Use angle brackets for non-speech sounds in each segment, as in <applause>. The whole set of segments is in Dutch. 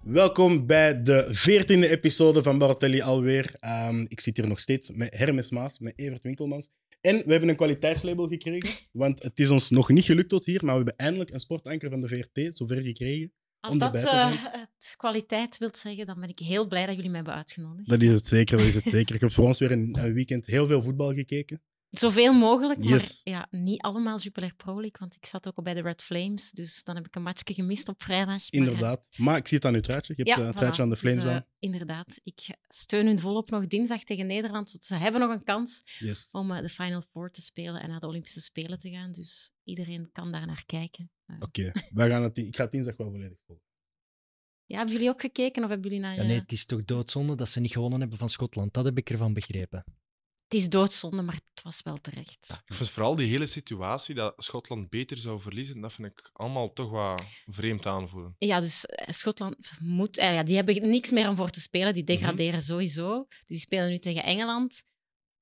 Welkom bij de veertiende episode van Baratelli alweer. Ehm, ik zit hier nog steeds met Hermes Maas, met Evert Winkelmans. En we hebben een kwaliteitslabel gekregen, want het is ons nog niet gelukt tot hier, maar we hebben eindelijk een sportanker van de VRT zover gekregen. Als om dat erbij te eh, het kwaliteit wilt zeggen, dan ben ik heel blij dat jullie mij hebben uitgenodigd. Dat is het zeker, dat is het zeker. Ik heb voor ons weer een, een weekend heel veel voetbal gekeken. Zoveel mogelijk, maar Yes. ja, niet allemaal Jupiler Pro League, want ik zat ook al bij de Red Flames, dus dan heb ik een matchje gemist op vrijdag. maar, eh, Inderdaad. Maar ik zie het aan uw truitje. Je hebt ja, eh, een voilà. truitje aan de Dus, Flames eh, aan. Inderdaad, ik steun hun volop nog dinsdag tegen Nederland, want ze hebben nog een kans Yes. om eh, de Final Four te spelen en naar de Olympische Spelen te gaan, dus iedereen kan daar naar kijken. Eh, Oké, wij gaan het, ik ga het dinsdag wel volledig volgen. ja, hebben jullie ook gekeken of hebben jullie naar... Ja, nee, eh, het is toch doodzonde dat ze niet gewonnen hebben van Schotland. Dat heb ik ervan begrepen. Het is doodzonde, maar het was wel terecht. Ik vind vooral die hele situatie dat Schotland beter zou verliezen, dat vind ik allemaal toch wat vreemd aanvoelen. Ja, dus eh, Schotland moet... eh, Ja, die hebben niks meer om voor te spelen. Mhm. Die degraderen sowieso. Dus die spelen nu tegen Engeland.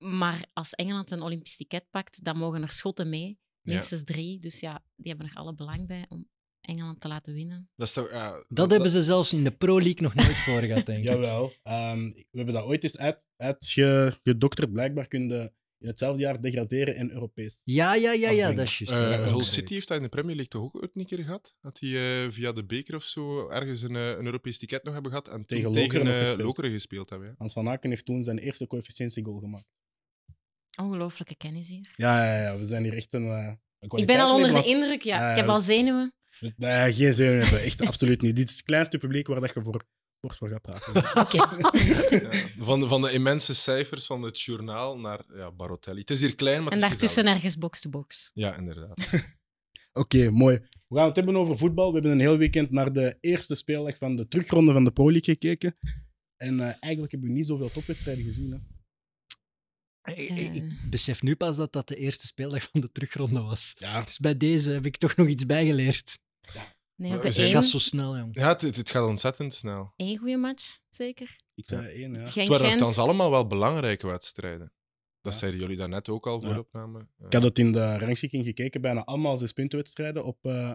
Maar als Engeland een Olympisch ticket pakt, dan mogen er Schotten mee. Ja. Minstens drie. Dus ja, die hebben er alle belang bij om Engeland te laten winnen. Dat, is toch, eh, dat, Dat hebben ze zelfs in de Pro League nog nooit voor gehad, denk ik. Jawel. Ehm, we hebben dat ooit eens uit, uitgedokterd. Blijkbaar kunnen je in hetzelfde jaar degraderen en Europees. Ja, ja, ja, ja, Afbrengen. dat is juist. eh, ja, dat Hull klopt. City heeft dat in de Premier League toch ook ooit een keer gehad? Dat die eh, via de beker of zo ergens een, eh, een Europees ticket nog hebben gehad en toen Tegen tegen Lokeren Lokeren, nog gespeeld. Lokeren gespeeld hebben. ja. Hans van Aken heeft toen zijn eerste coëfficiëntiegoal gemaakt. Ongelooflijke kennis hier. Ja, ja, ja, we zijn hier echt een. eh, een Ik ben al onder de kwaliteitslevel. indruk, ja. Ja, ik ja, heb al zenuwen. Dus, Nee, geen zin hebben. <laughs> Echt absoluut niet. Dit is het kleinste publiek waar dat je voor, voor, voor gaat praten. <laughs> Oké. Ja. Van, de, van de immense cijfers van het journaal naar ja, Barotelli. Het is hier klein, maar En het is daartussen gezellig. ergens box-to-box. Ja, inderdaad. Oké, mooi. We gaan het hebben over voetbal. We hebben een heel weekend naar de eerste speeldag van de terugronde van de Pro League gekeken. En eh, eigenlijk hebben we niet zoveel topwedstrijden gezien. Hè. Ik, ik- Eh, ik besef nu pas dat dat de eerste speeldag van de terugronde was. Ja, Dus bij deze heb ik toch nog iets bijgeleerd. Nee, we We hebben zijn- Het gaat één, zo snel, jong. Ja, het, het- het gaat ontzettend snel. één goede match, zeker. ik zei één, ja. Het Geen waren Gent. althans allemaal wel belangrijke wedstrijden. Dat Ja. zeiden jullie daarnet ook al voor Ja. de opname. Eh, Ik had het in de rangschikking gekeken, bijna allemaal zes puntenwedstrijden. Op eh,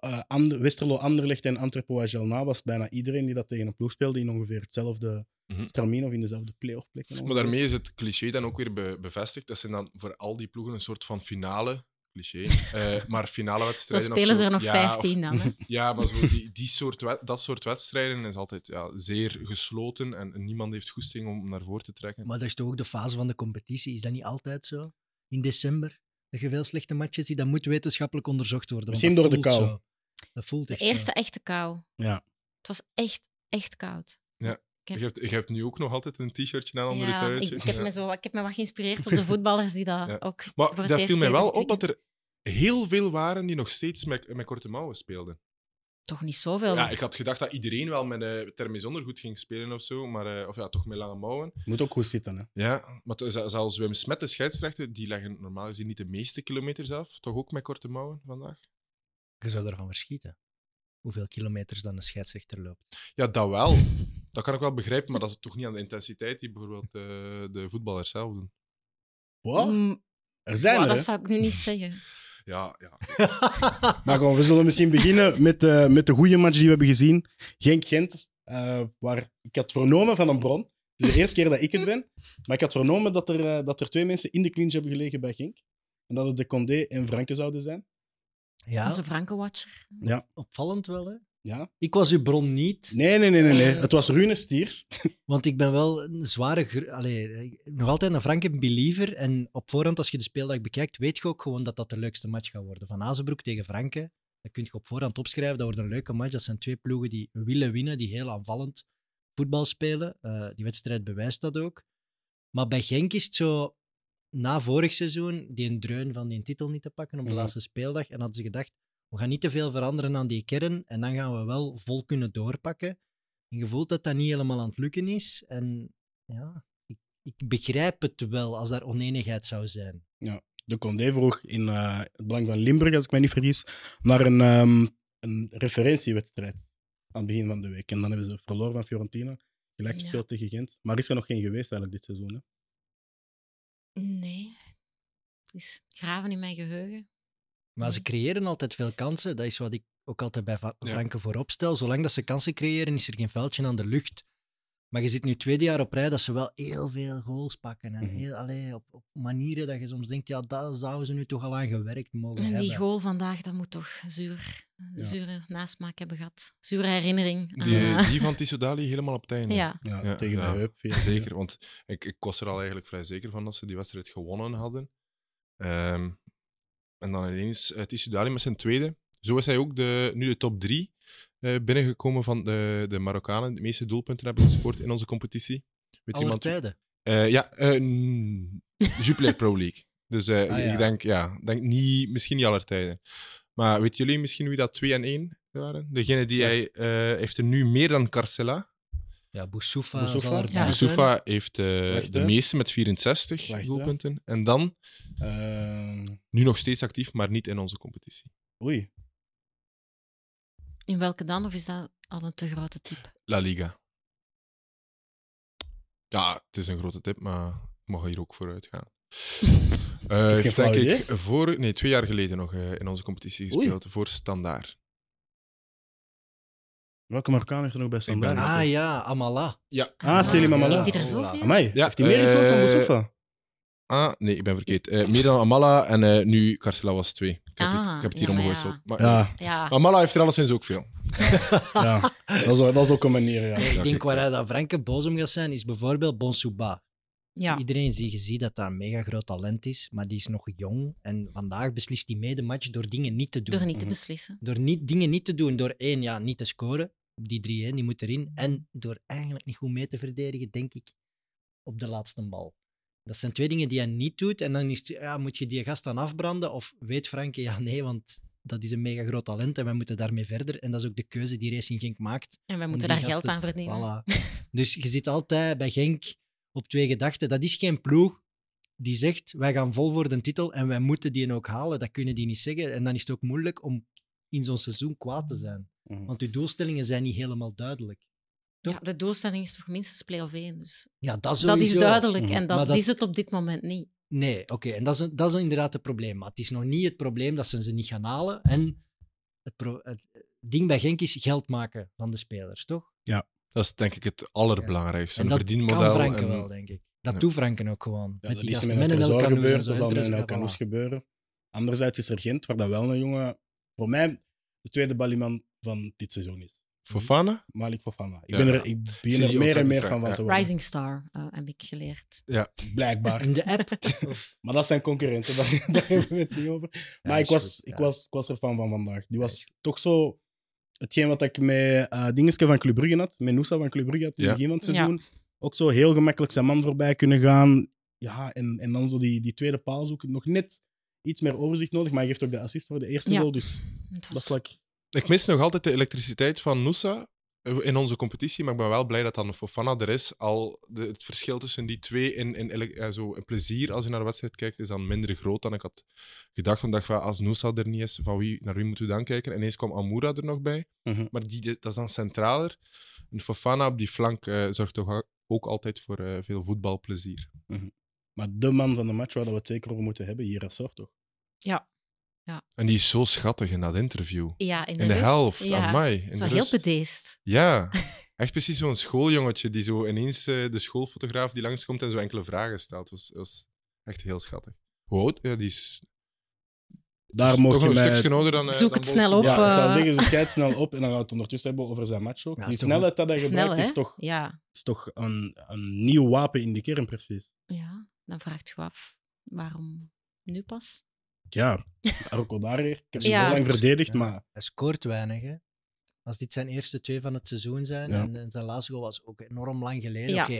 eh, Ander- Westerlo, Anderlecht en Antwerpen Wagelna was bijna iedereen die dat tegen een ploeg speelde in ongeveer hetzelfde Mhm. stramien of in dezelfde playoff plekken. Maar daarmee is het cliché dan ook weer be- bevestigd. Dat zijn dan voor al die ploegen een soort van finale. <laughs> Cliché. eh, maar finale Zo wedstrijden. of spelen ze er nog ja, of- 15 dan. hè. ja, maar zo <laughs> die, die soort wed- dat soort wedstrijden is altijd ja, zeer gesloten. En niemand heeft goesting om naar voren te trekken. Maar dat is toch ook de fase van de competitie? Is dat niet altijd zo? In december, dat je veel slechte matches ziet, dat moet wetenschappelijk onderzocht worden. want Misschien door dat de voelt kou. zo. Dat voelt De echt eerste zo. echte kou. eh, Ja. Het was echt, echt koud. Je, hebt, je hebt nu ook nog altijd een t-shirtje aan onder je ja, ik, truitje. ik, heb Ja. me zo, ik heb me wat <laughs> geïnspireerd op de voetballers die dat Ja. ook. voor Maar het dat eerst viel mij wel deden dit op dat weekend. er heel veel waren die nog steeds met, met korte mouwen speelden. Toch niet zoveel. Ja, ik had gedacht dat iedereen wel met eh termis ondergoed ging spelen of zo. Maar, eh, of ja, toch met lange mouwen. Moet ook goed zitten, hè. Ja, maar t- ze- zelfs Wim Smet, de scheidsrechter, die leggen normaal gezien niet de meeste kilometers af. Toch ook met korte mouwen vandaag? Je zou ervan verschieten. Hoeveel kilometers dan een scheidsrechter loopt. Ja, dat wel. Dat kan ik wel begrijpen, maar dat is toch niet aan de intensiteit die bijvoorbeeld eh, de voetballers zelf doen. Wat? Mm, Er zijn maar er, dat hè. zou ik nu niet zeggen. Ja, ja. Maar gewoon, we zullen misschien beginnen met, eh, met de goede match die we hebben gezien. Genk-Gent, eh, waar ik had vernomen van een bron. Het is de eerste keer dat ik het ben. Maar ik had vernomen dat er, eh, dat er twee mensen in de clinch hebben gelegen bij Genk. En dat het de Condé en Franke zouden zijn. Ja, Onze Frankenwatcher. opvallend wel, hè? Ja. Ik was uw bron niet, Nee, nee, nee, nee. nee. Het was Rune Stiers. want ik ben wel een zware... gr- Allee, eh, nog altijd een franke believer. En op voorhand, als je de speeldag bekijkt, weet je ook gewoon dat dat de leukste match gaat worden. Van Azenbroek tegen Franke, dat kun je op voorhand opschrijven. Dat wordt een leuke match. Dat zijn twee ploegen die willen winnen, die heel aanvallend voetbal spelen. Eh, die wedstrijd bewijst dat ook. Maar bij Genk is het zo... Na vorig seizoen, die een dreun van die titel niet te pakken op de Mhm. laatste speeldag. En hadden ze gedacht, we gaan niet te veel veranderen aan die kern en dan gaan we wel vol kunnen doorpakken. En je voelt dat dat niet helemaal aan het lukken is. En ja, ik, ik begrijp het wel als daar oneenigheid zou zijn. De Condé vroeg in eh, het belang van Limburg, als ik mij niet vergis, naar een, ehm, een referentiewedstrijd aan het begin van de week. En dan hebben ze verloren van Fiorentina. Gelijk Ja. gespeeld tegen Gent. Maar is er nog geen geweest eigenlijk dit seizoen? Hè? Nee. Het is graven in mijn geheugen. Maar ze creëren altijd veel kansen. Dat is wat ik ook altijd bij Va- Ja. Franken voorop stel. Zolang dat ze kansen creëren, is er geen vuiltje aan de lucht. Maar je zit nu tweede jaar op rij dat ze wel heel veel goals pakken. En Mhm. heel, allee, op, op manieren dat je soms denkt, ja, daar zouden ze nu toch al aan gewerkt mogen En hebben. die goal vandaag, dat moet toch zuur, zure nasmaak hebben gehad. Zure herinnering. aan, Die, eh, die van Tissodali helemaal op het einde. ja. Ja, Ja, tegen ja. de heup. <laughs> ja. Zeker, want ik, ik was er al eigenlijk vrij zeker van dat ze die wedstrijd gewonnen hadden. Ehm, en dan ineens uh, Tissoudali met zijn tweede. Zo is hij ook de, nu de top drie eh, binnengekomen van de, de Marokkanen. De meeste doelpunten hebben gescoord in onze competitie. Weet Aller iemand? tijden. Eh, ja, eh, mm, Jupiler Pro League. Dus eh, <laughs> Ah, ja. ik denk, ja, denk niet, misschien niet aller tijden. Maar weten jullie misschien wie dat 2 en 1 waren? Degene die hij eh, heeft er nu meer dan Carcella. Ja, Boussoufa, Boussoufa? zal erbij Ja. zijn. Soufa heeft eh, Wacht, de hè. meeste met 64 Wacht, hè. doelpunten. En dan, Ehm, nu nog steeds actief, maar niet in onze competitie. oei. In welke dan? Of is dat al een te grote tip? La Liga. Ja, het is een grote tip, maar ik mag hier ook vooruit <laughs> gaan. Eh geen heeft flauw denk ik voor, nee, twee jaar geleden nog eh, in onze competitie Oei. gespeeld voor Standaard. Welke Marokkaan heeft er nog bij staan? Ik ben- Ah ja, Amala. Ja. Ah, Selim Amala. Heeft hij er zoveel? Amai, Ja, heeft hij meer gescoord dan eh, Boussoufa? Ah, nee, ik ben verkeerd. Eh meer dan Amala en eh, nu Carcela was twee. Ik heb, Ah, ik, ik heb het ja, hier maar ja. omgewisseld. Maar, <laughs> Ja, Ja. Amala heeft er alleszins ook veel. ja. Dat, is, dat is ook een manier, ja. ik dat denk ik- waar hij dat Franke boos om gaat zijn, is bijvoorbeeld Bonsouba. ja. Iedereen zie je ziet dat dat een mega groot talent is, maar die is nog jong. En vandaag beslist hij mee de match door dingen niet te doen. Door niet Mhm. te beslissen. Door niet, dingen niet te doen. Door één, ja, niet te scoren. Die 3-1, die moet erin. En door eigenlijk niet goed mee te verdedigen, denk ik, op de laatste bal. Dat zijn twee dingen die hij niet doet. En dan is het, ja, moet je die gast dan afbranden? Of weet Franke, ja, nee, want dat is een mega groot talent en wij moeten daarmee verder. En dat is ook de keuze die Racing Genk maakt. En wij moeten die daar geld gasten- aan verdienen. Voilà. <laughs> Dus je zit altijd bij Genk op twee gedachten. Dat is geen ploeg die zegt, wij gaan vol voor de titel en wij moeten die ook halen. Dat kunnen die niet zeggen. En dan is het ook moeilijk om in zo'n seizoen kwaad te zijn. <laughs> Want je doelstellingen zijn niet helemaal duidelijk. Ja, de doelstelling is toch minstens play-off 1. Dus Ja, dat, dat is duidelijk. Mhm. En Maar dat, dat- is het op dit moment niet. Nee, oké. En dat is, een- dat is inderdaad het probleem. Maar het is nog niet het probleem dat ze ze niet gaan halen. En het, pro- het ding bij Genk is geld maken van de spelers, toch? Dat is denk ik het allerbelangrijkste. En Een dat kan verdienmodel. Franken en- wel, denk ik. Dat Ja. doet Franken ook gewoon. Ja, met dat die is gasten. er Met met een El Elkanous en gebeurd, zo, dat zal en met een Trezeguet, Elkanous voilà. gebeuren. Anderzijds is er Gent, waar dat wel een jongen, voor mij, de tweede balieman van dit seizoen is. Fofana? Malik Fofana. Ik Ja. ben er, ik Zie ben je er meer en ontzettend meer graag, van van ja. te worden. Rising Star eh, heb ik geleerd. Blijkbaar. In de app. <laughs> Maar dat zijn concurrenten, <laughs> daar, daar hebben we het niet over. Maar ik, is was, goed, ik, ja. was, ik was er fan van vandaag. Die was toch zo... Hetgeen wat ik met eh Dingeske van Club Brugge had, met Noosa van Club Brugge had in Ja. het begin van het seizoen, ook zo heel gemakkelijk zijn man voorbij kunnen gaan. Ja, en, en dan zo die, die tweede paal zoeken. Nog net iets meer overzicht nodig, maar hij geeft ook de assist voor de eerste Ja. goal. Dus Het was- dat vlak... Ik mis nog altijd de elektriciteit van Noosa in onze competitie, maar ik ben wel blij dat dan Fofana er is. Al de- het verschil tussen die twee in, in, ele- eh, zo, in plezier als je naar de wedstrijd kijkt, is dan minder groot dan ik had gedacht. Want ik dacht, van, als Noosa er niet is, van wie, naar wie moeten we dan kijken? En ineens kwam Amoura er nog bij, Mhm. maar die, dat is dan centraler. En Fofana op die flank eh, zorgt toch a- ook altijd voor eh, veel voetbalplezier. Maar de man van de match waar we het zeker over moeten hebben, hier Assor, toch? En die is zo schattig in dat interview. Ja, in de, In de rust, helft, ja. amai. Het in was de wel heel rust. bedeesd. <laughs> Ja, echt precies zo'n schooljongetje die zo ineens eh, de schoolfotograaf die langskomt en zo enkele vragen stelt. Dat was, was echt heel schattig. Hoe oud? Ja, die is Daar toch mocht Dus nog je een mij... stukje ouder dan... eh, Zoek dan het snel op. Bolsonaro. Ja, ik zou eh, zeggen, zo kijkt snel op en dan gaan we het ondertussen hebben over zijn match ook. Ja, is die toch snelheid dat hij Snel, gebruikt hè? is toch, Ja. is toch een, een nieuw wapen in de kern, precies. ja, dan vraagt je af waarom nu pas? Ja, maar ook al daar weer. Ik heb ze Ja. zo lang verdedigd, Ja. maar Hij scoort weinig, hè. Als dit zijn eerste twee van het seizoen zijn, Ja. en, en zijn laatste goal was ook enorm lang geleden, Ja. oké,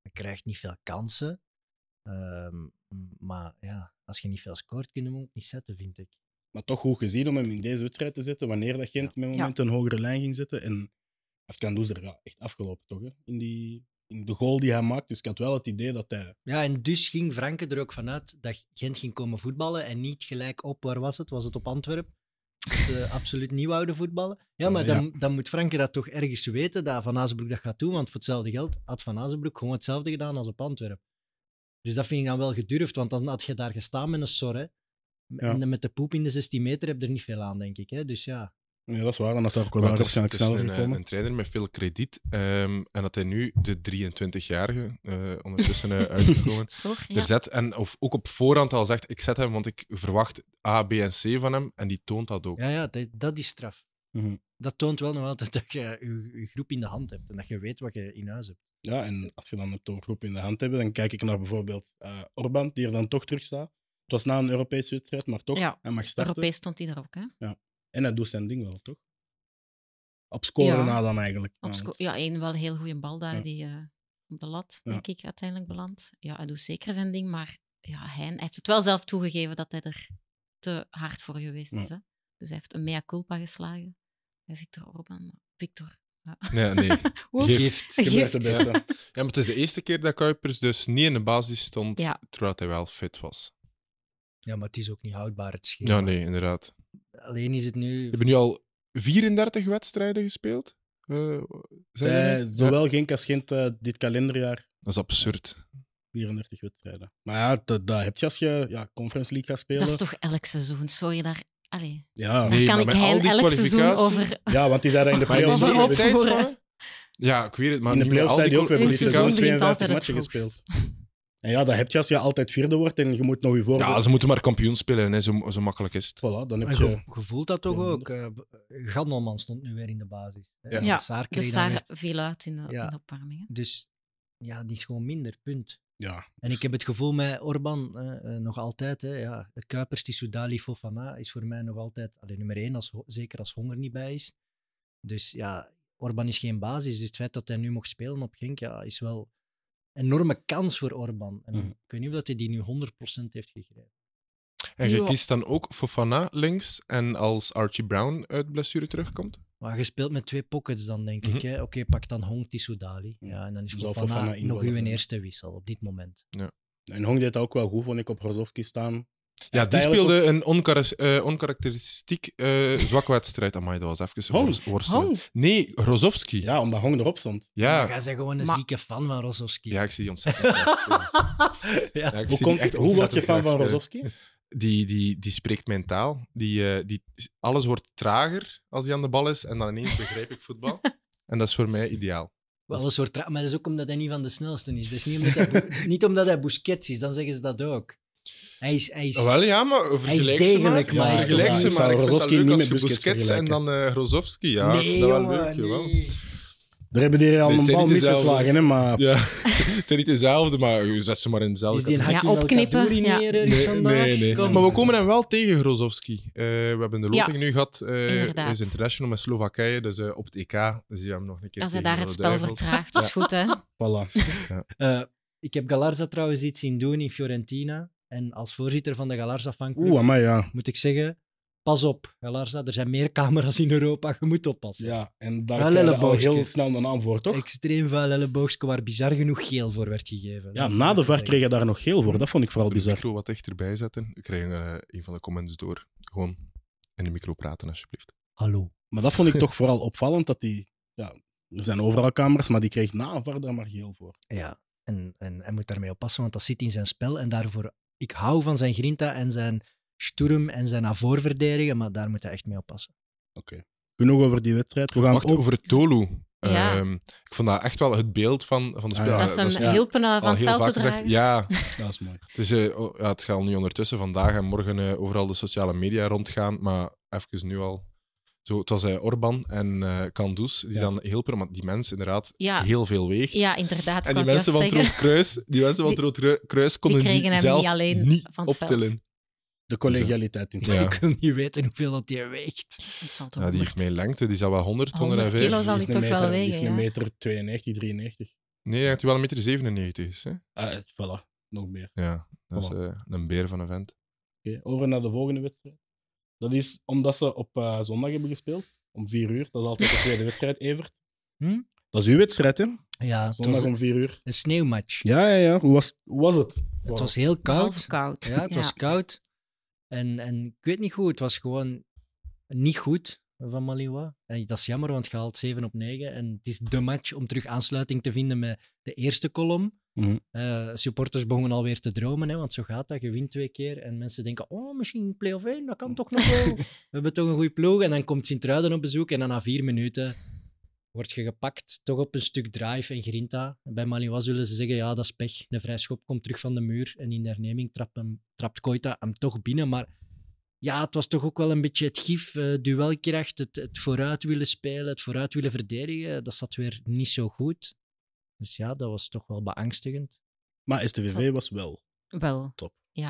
hij krijgt niet veel kansen. Ehm, maar ja, als je niet veel scoort, kunnen we hem ook niet zetten, vind ik. maar toch goed gezien om hem in deze wedstrijd te zetten. Wanneer dat Gent met moment een hogere lijn ging zetten. En Afkandoes er ja, echt afgelopen, toch? Hè? In, die, in de goal die hij maakt. Dus ik had wel het idee dat hij. Ja, en dus ging Franke er ook vanuit dat Gent ging komen voetballen en niet gelijk op, waar was het? Was het op Antwerpen? Dat <laughs> ze absoluut niet wouden voetballen. Ja, maar Eh, dan, dan moet Franke dat toch ergens weten, dat Van Azenbroek dat gaat doen, want voor hetzelfde geld had Van Azenbroek gewoon hetzelfde gedaan als op Antwerpen. Dus dat vind ik dan wel gedurfd, want dan had je daar gestaan met een sor, hè. Ja. En dan met de poep in de 16 meter heb je er niet veel aan, denk ik. Hè? Dus ja, Nee, dat is waar. En dat daar Maar wel het is, waarschijnlijk het is sneller een, eh, gekomen. een trainer met veel krediet. ehm, en dat hij nu de 23-jarige eh, ondertussen <laughs> eh, uitgekomen Zorg, er ja. zet. En of, ook op voorhand al zegt, ik zet hem, want ik verwacht A, B en C van hem. En die toont dat ook. ja, ja dat, dat is straf. Mhm. Dat toont wel nog altijd dat je je, je groep in de hand hebt en dat je weet wat je in huis hebt. Ja, en als je dan het doorgroep in de hand hebt, dan kijk ik naar bijvoorbeeld eh, Orban, die er dan toch terug staat. Het was na een Europese wedstrijd, maar toch, Ja. hij mag starten. Europees stond hij er ook, hè? En hij doet zijn ding wel, toch? Op scoren Ja. na dan eigenlijk. Op Ja, sco- want- ja, één wel heel goede bal daar, Ja. die eh, op de lat, Ja. denk ik, uiteindelijk belandt. Ja, hij doet zeker zijn ding, maar ja, hij, hij heeft het wel zelf toegegeven dat hij er te hard voor geweest Ja. is. Hè? Dus hij heeft een mea culpa geslagen bij Victor Orban. Maar Victor, Ja, <laughs> nee. Oeps. Geeft. Je blijft de Gift. beste. Ja, maar het is de eerste keer dat Kuipers dus niet in de basis stond, Ja. terwijl hij wel fit was. Ja, maar het is ook niet houdbaar, het schema. Ja, nee, inderdaad. Alleen is het nu... Je hebt nu al 34 wedstrijden gespeeld. Eh, zijn er Zij, nu? Ja, Eh, zowel Genk als Gent eh, dit kalenderjaar dat is absurd. 34 wedstrijden. Maar ja, dat, dat heb je als je ja, Conference League gaat spelen. Dat is toch elk seizoen? Sorry, daar, allee, ja, Ah, Nee, daar maar kan ik met al Hein die elk seizoen kwalificatie- over... ja, want die zijn daar in de Maar in de play-offs ook play-offs- geweest. tijdspanne? Ja, ik weet het, maar In de niet meer play-offs al zei die hij ook, we hebben kwal- Een dit seizoen seizoen begint 52 altijd matchen het vroegst. gespeeld. En ja, dat heb je als je altijd vierde wordt en je moet nog je voorbeeld... Ja, Ah, ze moeten maar kampioen spelen, hè. Zo, zo makkelijk is het. Voilà, dan heb Maar je... je je voelt dat toch Ja. ook? eh, b- Gandelman stond nu weer in de basis. hè. Ja. Ja, Saar Dus kreeg dan daar weer- viel uit in de, Ja. in de opwarming. hè. dus ja, die is gewoon minder, punt. Ja. En ik heb het gevoel met Orban eh, eh, nog altijd, hè, ja, Kuipers, Tissoudali, Fofana is voor mij nog altijd allee, nummer één, als, ho- zeker als honger niet bij is. Dus ja, Orban is geen basis. Dus het feit dat hij nu mocht spelen op Genk ja, is wel een enorme kans voor Orban. En Mhm. Ik weet niet of dat hij die nu 100% heeft gegrepen. En je Ja. kiest dan ook Fofana links. En als Archie Brown uit blessure terugkomt. Maar je speelt met twee pockets dan, denk ik. Mhm. hè. Oké, pak dan Hong Tissoudali. Ja. Ja, en dan is Zou Fofana, Fofana nog invallen, uw ja. eerste wissel op dit moment. En Hong deed dat ook wel goed, vond ik, op Rozovski staan. Ja, heeft die eigenlijk speelde een onkaras- eh, onkarakteristiek eh zwakke wedstrijd. Amai, dat was even Hong. wors- worstelen. Hong, Nee, Rozovski. Ja. Ja, omdat Hong erop stond. Ja. Ja. Jij bent gewoon een Maar- zieke fan van Rozovski. ik zie die ontzettend. graag spelen. <laughs> ja. Ja, ik Hoe, zie komt- die echt hoe word je ontzettend fan van graag spelen. Rozovski? Die, die, die spreekt mijn taal. Die, eh, die, alles wordt trager als hij aan de bal is. En dan ineens begrijp ik voetbal. En dat is voor mij ideaal. Wel een soort tra- maar dat is ook omdat hij niet van de snelste is. Dus niet omdat hij, <laughs> Bo- niet omdat hij Busquets is, dan zeggen ze dat ook. Hij is, hij is, Oh, Wel ja, maar vergelijk is ze degelijk, maar. maar hij is vergelijk toch- ze Ik maar. zou Ik vind dat Rozovski leuk niet als je met Busquets Busquets en dan eh Rozovski. Ja, nee, dat wel jongen, leuk, jawel. nee. Daar hebben die al Dit een zijn bal niet dezelfde. misgeslagen, hè, maar... Ja, <laughs> het zijn niet dezelfde, maar je zet ze maar in dezelfde Is die een categorie. hakje Ja, opknippen, ja. neer ergens vandaag? Nee, nee. Kom. Maar we komen hem wel tegen, Grozovski. Eh, we hebben de Ja, loting nu gehad. eh, hij inderdaad. is international met Slowakije, dus eh, op het EK zie je hem nog een keer als hij tegen daar de het spel Duivels. vertraagt, is goed, hè? Voilà. Eh, ik heb Galarza trouwens iets zien doen in Fiorentina. En als voorzitter van de Galarza fanclub Oeh, maar ja. moet ik zeggen, pas op Galarza, er zijn meer camera's in Europa, je moet oppassen. Ja, en daar Wel krijg je al elleboogje. heel snel een naam voor, toch? Extreem vuil elleboogske waar bizar genoeg geel voor werd gegeven. Ja, Dat na moet de ik VAR zeggen. kreeg je daar nog geel voor. Dat vond ik vooral Doe De bizar. micro wat dichterbij zetten. We krijgen eh, een van de comments door. Gewoon in de micro praten, alsjeblieft. Hallo. Maar dat vond ik toch vooral opvallend, dat die... Ja, er zijn overal camera's, maar die kreeg na een VAR daar maar geel voor. Ja, en, en hij moet daarmee oppassen, want dat zit in zijn spel. En daarvoor, ik hou van zijn grinta en zijn sturm en zijn avoor verdedigen, maar daar moet hij echt mee oppassen. Oké. Genoeg over die wedstrijd. We gaan Wacht, ook... over Tolu. Ja. Ehm, ik vond dat echt wel het beeld van, van de Ah, ja. speler. dat ze hem was ja. hielpen eh, al van het heel veld te vaak gezegd. dragen. Ja, Dat is mooi. Dus eh, oh, ja, het gaat nu ondertussen vandaag en morgen eh, overal de sociale media rondgaan, maar even nu al. Zo, het was eh, Orban en eh Kandus die Ja. dan hielpen, want die mensen inderdaad Ja, heel veel weegt. ja inderdaad. ik en wou die het mensen, van het juist Rood Kruis, die mensen van het Die- Rood Kru- Kruis konden kregen hem zelf niet alleen niet van het veld. optillen. De collegialiteit in het Ja. Ik wil niet weten hoeveel dat hij weegt. zeggen. Het zal toch Ja, die heeft 100. mijn lengte, die zal wel 100, 100 105. kilo zal- Dus Die die is toch een wel meter, die is wegen, een ja. meter 92, 93. Nee, hij heeft wel een meter 97. is, Hè? Ah, eh, voilà, nog meer. Ja, dat is Voilà. eh, een beer van een vent. Oké, Over naar de volgende wedstrijd. Dat is omdat ze op eh, zondag hebben gespeeld, om 4 uur. Dat is altijd de tweede wedstrijd, Evert. Hm? Dat is uw wedstrijd, hè? Ja, het Zondag was om 4 uur. een sneeuwmatch. Ja, ja, ja. Hoe was, hoe was het? Het was heel koud. Half koud. Ja, het was koud. En, en ik weet niet goed, het was gewoon niet goed van Maliwa. En dat is jammer, want je haalt 7 op 9. En het is de match om terug aansluiting te vinden met de eerste kolom. Mhm. Eh, supporters begonnen alweer te dromen, hè, want zo gaat dat. Je wint twee keer en mensen denken, oh, misschien play-off 1, dat kan toch nog wel. We hebben toch een goede ploeg. En dan komt Sint-Truiden op bezoek en dan na vier minuten word je gepakt, toch op een stuk drive en grinta. Bij Malinois zullen ze zeggen, ja, dat is pech. De vrijschop komt terug van de muur en in de herneming trapt, hem, trapt Koita hem toch binnen. Maar ja, het was toch ook wel een beetje het gif, eh, duelkracht, het, het vooruit willen spelen, het vooruit willen verdedigen. Dat zat weer niet zo goed. Dus ja, dat was toch wel beangstigend. Maar STVV was wel Wel,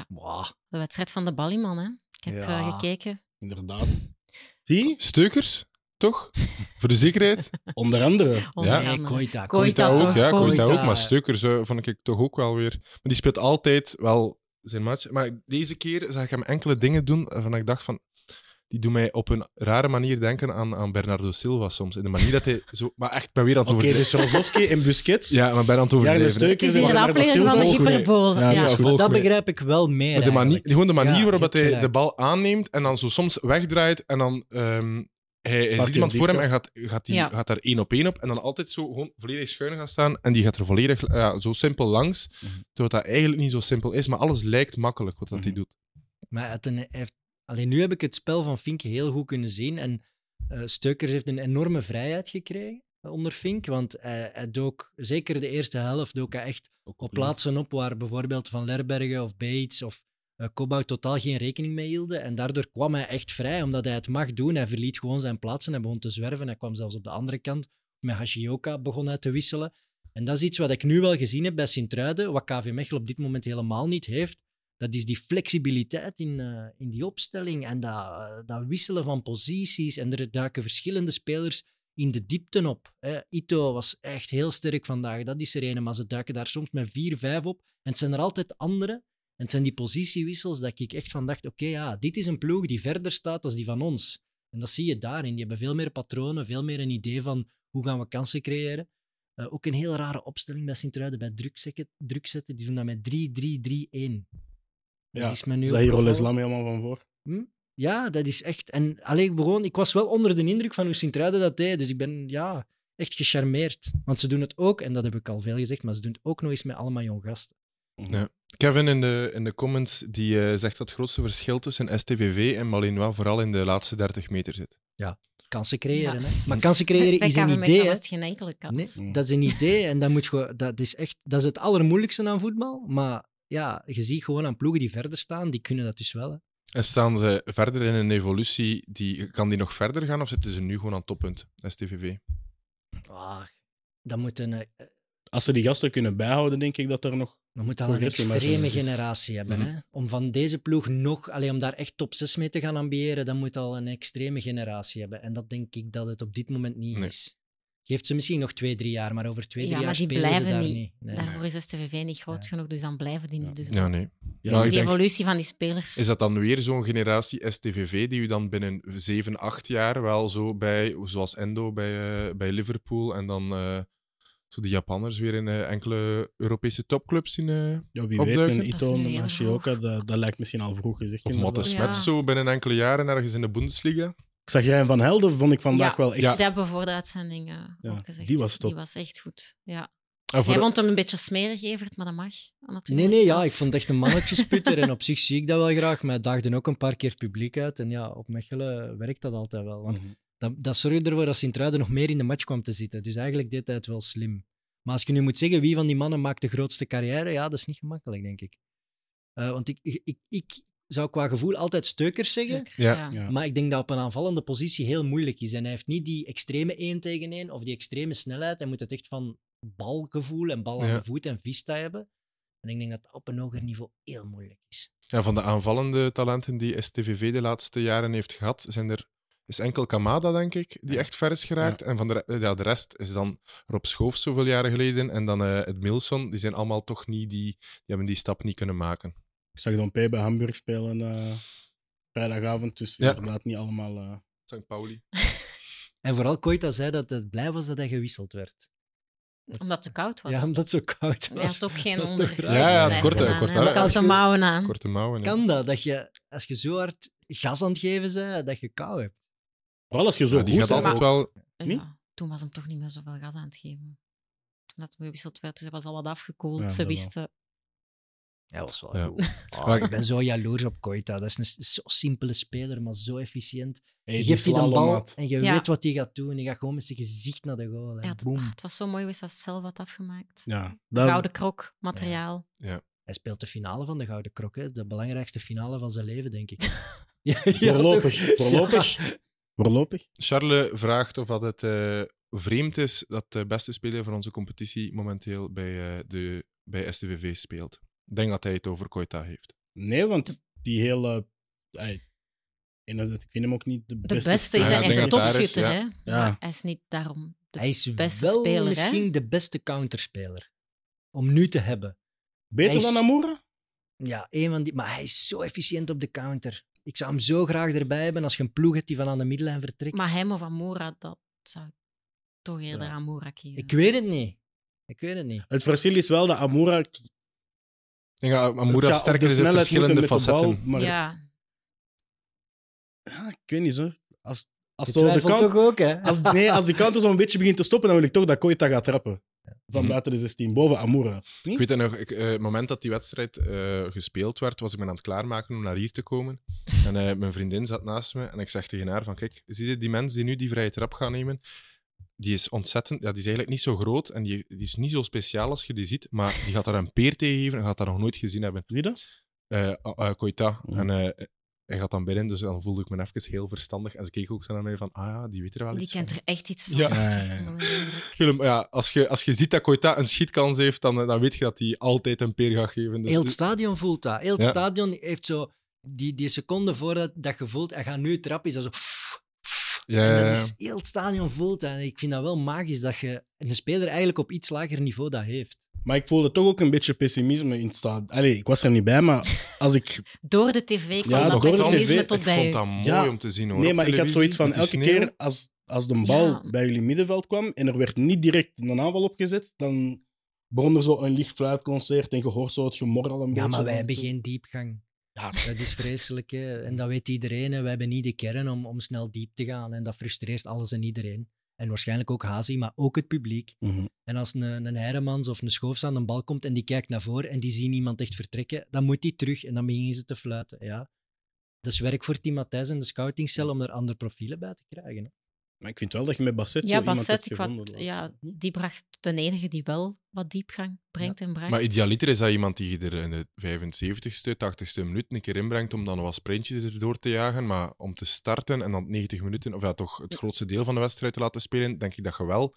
Wow. de wedstrijd van de Ballyman, hè. Ik heb Ja. eh, gekeken. inderdaad. Zie, Steukers, toch? <laughs> Voor de zekerheid. onder <laughs> andere. onder Ja. Nee, andere. Koita. Koita ook, toch, ja, ik weet Koita. dat ook. Maar Steukers eh, vond ik toch ook wel weer. Maar die speelt altijd wel zijn match. Maar deze keer zag ik hem enkele dingen doen waarvan ik dacht van. Die doen mij op een rare manier denken aan, aan Bernardo Silva soms. In de manier dat hij zo. <laughs> Maar echt, ik ben weer aan het Oké, overdrijven. dus Rozovski en Busquets. Ja, maar ben aan het Jarno overdrijven. hè. Steukers. Het is hier een Bernardo aflevering van de Silva. Volg me. Hyperbol. Ja, dus Ja, dat is goed. volg Dat me. begrijp ik wel meer. Maar de manier, eigenlijk. gewoon de manier Ja, je waarop hebt hij de gelijk. bal aanneemt en dan zo soms wegdraait en dan ehm, hij, hij ziet Parkeert iemand die voor hem toch? en gaat, gaat, die, Ja. gaat daar één op één op en dan altijd zo gewoon volledig schuin gaan staan en die gaat er volledig ja, zo simpel langs, terwijl dat eigenlijk niet zo simpel is, maar alles lijkt makkelijk wat dat hij doet. Maar het een, hij heeft, alleen nu heb ik het spel van Fink heel goed kunnen zien. En eh Steukers heeft een enorme vrijheid gekregen eh, onder Fink. Want hij, hij dook, zeker de eerste helft, dook hij echt op Mhm. plaatsen op waar bijvoorbeeld Van Lerbergen of Bates of eh Cobbout totaal geen rekening mee hielden. En daardoor kwam hij echt vrij, omdat hij het mag doen. Hij verliet gewoon zijn plaatsen, hij begon te zwerven. Hij kwam zelfs op de andere kant. Met Hashioka begon hij te wisselen. En dat is iets wat ik nu wel gezien heb bij Sint-Truiden, wat KV Mechelen op dit moment helemaal niet heeft. Dat is die flexibiliteit in, eh, in die opstelling en dat, eh, dat wisselen van posities. En er duiken verschillende spelers in de diepten op. Hè. Ito was echt heel sterk vandaag, dat is er een. Maar ze duiken daar soms met vier, vijf op. En het zijn er altijd andere. En het zijn die positiewissels dat ik echt van dacht, oké, ja, dit is een ploeg die verder staat dan die van ons. En dat zie je daarin. Die hebben veel meer patronen, veel meer een idee van hoe gaan we kansen creëren. Eh, ook een heel rare opstelling bij Sint-Truiden, bij druk zetten, druk zetten. Die doen dat met 3-3-3-1. Ja, Dat is mij nu Is dat hier opgevallen. Oleslam helemaal van voor? Ja, dat is echt. En alleen gewoon, ik was wel onder de indruk van hoe Sint-Truiden dat deed. Dus ik ben ja, echt gecharmeerd. Want ze doen het ook, en dat heb ik al veel gezegd, maar ze doen het ook nog eens met allemaal jong gasten. Ja. Kevin in de, in de comments die eh, zegt dat het grootste verschil tussen STVV en Malinois vooral in de laatste 30 meter zit. Kansen creëren. Hè? Maar kansen <laughs> creëren Bij is een KV Mechelen idee. was Hè? het geen enkele kans. Nee, Mm. dat is een idee en dat, moet je, dat, is echt, dat is het allermoeilijkste aan voetbal. Maar ja, je ziet gewoon aan ploegen die verder staan, die kunnen dat dus wel. Hè. En staan ze verder in een evolutie, die, kan die nog verder gaan of zitten ze nu gewoon aan toppunt, STVV? Ah, dat moet, een, eh, Als ze die gasten kunnen bijhouden, denk ik dat er nog... dat moet al een Progressie maken, extreme natuurlijk. generatie hebben. Mhm. Hè. Om van deze ploeg nog, alleen om daar echt top 6 mee te gaan ambiëren, dat moet al een extreme generatie hebben. En dat denk ik dat het op dit moment niet Nee. is. Geeft ze misschien nog twee, drie jaar, maar over twee, Ja, drie maar jaar die spelen ze blijven daar niet. niet. Nee. Daarvoor is STVV niet groot Ja. genoeg, dus dan blijven die niet. Dus Ja, nee. Ja, Nou, die ik denk- evolutie van die spelers. Is dat dan weer zo'n generatie STVV die u dan binnen 7, 8 jaar wel zo bij, zoals Endo bij, eh, bij Liverpool en dan eh, zo die Japanners weer in eh, enkele Europese topclubs zien? eh, ja, wie Opduiken. weet, een Dat is Ito nu en heel Hashioka, dat, dat lijkt misschien al vroeg gezegd. of inderdaad. Matte Ja. Smet zo binnen enkele jaren ergens in de Bundesliga? Ik zag Rijn van Helden, vond ik vandaag Ja. wel echt... Ja. Die hebben we voor de uitzending eh, Ja, ook gezegd. die was top. Die was echt goed. Ja. En voor Jij vond hem een beetje smerig, Evert, maar dat mag. Nee, natuurlijk. nee, ja, Dat ik is- vond het echt een mannetjesputter en <laughs> op zich zie ik dat wel graag, maar het daagde ook een paar keer publiek uit. En ja, op Mechelen werkt dat altijd wel. Want Mhm. dat, dat zorgde ervoor dat Sint-Truiden nog meer in de match kwam te zitten. Dus eigenlijk deed hij het wel slim. Maar als je nu moet zeggen wie van die mannen maakt de grootste carrière, ja, dat is niet gemakkelijk, denk ik. Eh, want ik, ik, ik, ik zou qua gevoel altijd steukers zeggen, Gelukkig, Ja. dus, ja. Ja. maar ik denk dat op een aanvallende positie heel moeilijk is. En hij heeft niet die extreme 1 tegen 1 of die extreme snelheid. Hij moet het echt van balgevoel en bal aan Ja. de voet en vista hebben. En ik denk dat dat op een hoger niveau heel moeilijk is. Ja, van de aanvallende talenten die STVV de laatste jaren heeft gehad, zijn er is enkel Kamada, denk ik, die echt ver is geraakt. En van de, re- eh, ja, de rest is dan Rob Schoof zoveel jaren geleden en dan eh, het Milson. Die zijn allemaal toch niet die, die hebben die stap niet kunnen maken. Ik zag Don P. bij Hamburg spelen eh, vrijdagavond, dus Ja. inderdaad niet allemaal... eh, St. Pauli. En vooral Koita zei dat het blij was dat hij gewisseld werd. Omdat het koud was. Ja, Ja, omdat het zo koud Hij was. had ook geen dat is toch onder. raar? Ja, ja, Nee, korte- gedaan, korte hè. Hij had haar. zijn mouwen aan. Korte mouwen. ja. Kan dat, dat je, als je zo hard gas aan het geven bent, dat je kou hebt? Vooral als je zo Ja, die goed gaat bent. altijd wel. Ja. Niet? Toen was hem toch niet meer zoveel gas aan het geven. toen dat gewisseld werd. Dus dat was al wat afgekoeld. Ja, ze dat wel. wisten... Hij was wel Ja. <laughs> goed. Oh, Maar- ik ben zo jaloers op Koita. Dat is een s- zo simpele speler, maar zo efficiënt. Hey, Je die geeft die de bal slalommaat. en je Ja. weet wat hij gaat doen. Hij gaat gewoon met zijn gezicht naar de goal. hè. Ja, het, ah, Boom. het was zo mooi, wist dat ze zelf had afgemaakt. Ja, Nou, Gouden krok, materiaal. Hij speelt de finale van de Gouden Krok. Hè. De belangrijkste finale van zijn leven, <laughs> denk ik. ja, ja, Voorlopig. toch? Voorlopig. Voorlopig. Charles vraagt of dat het eh, vreemd is dat de beste speler van onze competitie momenteel bij, eh, de, bij STVV speelt. Ik denk dat hij het over Koita heeft. Nee, want die hele. ey, en dat- ik vind hem ook niet de De beste. beste, is speler. Ja, hij ik is denk een dat daar is, topschutter, ja. hè. Ja. Maar hij is niet daarom de Hij is beste wel speler, hè? misschien de beste counterspeler om nu te hebben. Beter Hij is- dan Amoura? Ja, één van die, maar hij is zo efficiënt op de counter. Ik zou hem zo graag erbij hebben als je een ploeg hebt die van aan de middenlijn vertrekt. Maar hem of Amora, dat zou ik toch eerder Ja. Amora kiezen. Ik weet het niet. Ik weet het niet. Het verschil is wel dat Amoura. Ik denk dat het gaat Amura op sterker de is in snelheid verschillende moeten met de bal, facetten. maar Ja, ja, ik weet niet zo. Als, als, Je zo de twijfelt kant, toch ook, hè? <laughs> als, nee, als de kant zo'n beetje begint te stoppen, dan wil ik toch dat Koita gaat trappen. Van Mhm. buiten de 16, boven Amoura. Ik weet dat nog, ik, eh, het moment dat die wedstrijd eh, gespeeld werd, was ik me aan het klaarmaken om naar hier te komen. En eh, mijn vriendin zat naast me en ik zeg tegen haar van, kijk, zie je die mens die nu die vrije trap gaat nemen? Die is ontzettend, ja, die is eigenlijk niet zo groot en die, die is niet zo speciaal als je die ziet, maar die gaat daar een peer tegen geven en gaat dat nog nooit gezien hebben. Wie dat? eh ah, ah, Koita. Ja. En eh, hij gaat dan binnen, dus dan voelde ik me even heel verstandig. En ze keek ook zo naar mij van, ah ja, die weet er wel die iets kent van. er echt iets van. Ja. Ja, Echt ja, ja. onder de indruk. Willem, ja, als je, als je ziet dat Koita een schietkans heeft, dan, eh, dan weet je dat hij altijd een peer gaat geven. Dus, Heel het stadion voelt dat. Heel het Ja. stadion heeft zo die, die seconde voordat dat je voelt, hij gaat nu trap is dat zo. pff, pff. Ja, En ja, ja. dat is heel het stadion voelt dat. En ik vind dat wel magisch dat je een speler eigenlijk op iets lager niveau dat heeft. Maar ik voelde toch ook een beetje pessimisme in het stadion. Allee, ik was er niet bij, maar als ik Door de tv kwam Ja, dat door de pessimisme tv. tot ik bij vond u. dat mooi Ja. om te zien hoor. Nee, Op maar ik had televisie, zoiets van met die elke sneeuw. keer als, als de bal Ja. bij jullie middenveld kwam en er werd niet direct een aanval opgezet, dan begon er zo een licht fluitconcert en je hoort zo het gemorrel een beetje. Ja, maar wij En hebben zo. geen diepgang. Ja. <laughs> Dat is vreselijk. Hè. En dat weet iedereen. Hè. Wij hebben niet de kern om, om snel diep te gaan. En dat frustreert alles en iedereen. En waarschijnlijk ook Hazi, maar ook het publiek. Mhm. En als een, een Heiremans of een Schoofs aan de bal komt en die kijkt naar voren en die zien iemand echt vertrekken, dan moet die terug en dan beginnen ze te fluiten. Ja. Dat is werk voor Tim Matthijs en de scoutingcel om daar andere profielen bij te krijgen. Hè. Maar ik vind wel dat je met Basset zo Ja, iemand Basset, hebt ik wat, gevonden, hoor. ja, die bracht de enige die wel wat diepgang brengt en bracht. Maar idealiter is dat iemand die je er in de 75ste, 80ste minuut een keer inbrengt om dan nog wat sprintjes erdoor te jagen. Maar om te starten en dan 90 minuten, of ja, toch het grootste deel van de wedstrijd te laten spelen, denk ik dat je wel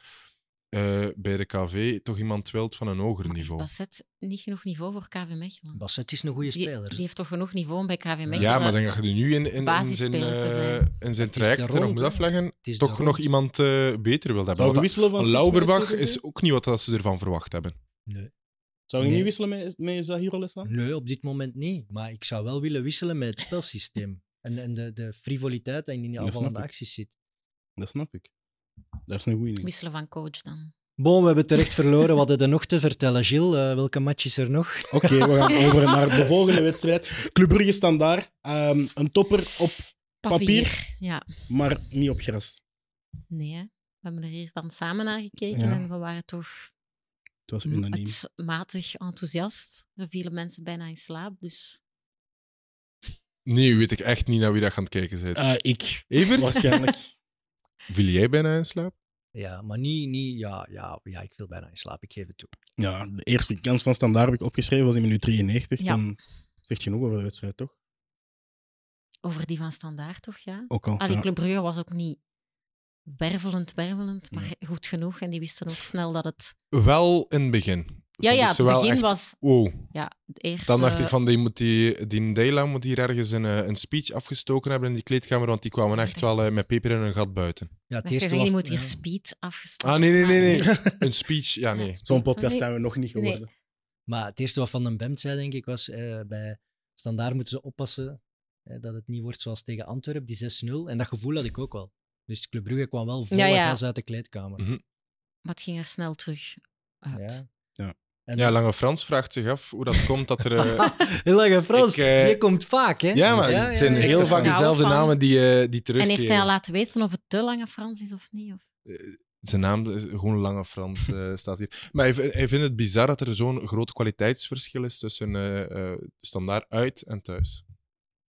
eh, bij de KV toch iemand wilt van een hoger Maar heeft niveau. Basset niet genoeg niveau voor KV Mechelen? Basset is een goede Die, speler. die heeft toch genoeg niveau om bij KV Mechelen? Ja, maar denk dat je er nu in, in, in zijn, Basisspeler te eh, zijn. in zijn is traject daar er nog rond, moet hè. afleggen, Het is toch daar nog rond. iemand eh, beter wil hebben. Zou je Want wisselen dat- van Lauberbach spits met STVV? is ook niet wat dat ze ervan verwacht hebben. Nee. Zou je Nee. niet wisselen met, met Zahiro Leslan? nee, op dit moment niet. Maar ik zou wel willen wisselen met het spelsysteem. <laughs> en en de, de frivoliteit die in die Dat snap aanvallende ik. acties zit. Dat snap ik. Dat is een goeie. ding. Wisselen van coach dan. Bon, we hebben terecht verloren. Wat hadden er nog te vertellen, Gilles? Eh, welke match is er nog? Oké, we <laughs> gaan over naar de volgende wedstrijd. Club Brugge staat daar. Ehm, een topper op, Papier. Ja, maar niet op gras. nee. hè. We hebben er hier dan samen naar gekeken Ja. en we waren toch Het was unaniem. Mm, het matig enthousiast. Er vielen mensen bijna in slaap, dus... Nee, weet ik echt niet naar wie dat gaan kijken bent. Eh, ik, Evert, waarschijnlijk. viel jij bijna in slaap? Ja, maar niet... niet ja, ja, ja, ik viel bijna in slaap. Ik geef het toe. Ja, de eerste kans van standaard heb ik opgeschreven was in minuut 93. Ja. Dan zegt genoeg over de wedstrijd, toch? Over die van standaard toch, ja? Ook al. Allee, ja. Club Brugge was ook niet wervelend, wervelend, maar goed genoeg. En die wisten ook snel dat het... Wel in het begin. Ja, Vond ja, ik het ze wel begin echt- was Wow. ja, eh, het eerste... Dan dacht ik van, die, moet die, die Ndela moet hier ergens een, eh, een speech afgestoken hebben in die kleedkamer, want die kwamen echt wel eh, met peper in hun gat buiten. Ja, Maar het Ferrari eerste was... moet hier ja. speed afgestoken Ah, nee, nee, nee. worden. nee. een speech, ja, nee. Zo'n podcast Sorry. zijn we nog niet geworden. Maar het eerste wat Van den Bemt zei, denk ik, was eh, bij Standaard moeten ze oppassen eh, dat het niet wordt zoals tegen Antwerpen, die 6-0. En dat gevoel had ik ook wel. Dus Club Brugge kwam wel volle Ja, ja. gas uit de kleedkamer. Mhm. Maar het ging er snel terug uit. Ja. Ja. En Ja, Lange Frans vraagt zich af hoe dat komt dat er... eh, Heel lange Frans, Ik, eh, die komt vaak, hè? ja, maar ja, het zijn ja. heel Ik vaak hou dezelfde van- namen die, eh die terugkeren. En heeft hij al laten weten of het te lange Frans is of niet? Of... Zijn naam is gewoon Lange Frans eh, <laughs> staat hier. Maar hij, v- hij vindt het bizar dat er zo'n groot kwaliteitsverschil is tussen eh, eh, standaard uit en thuis.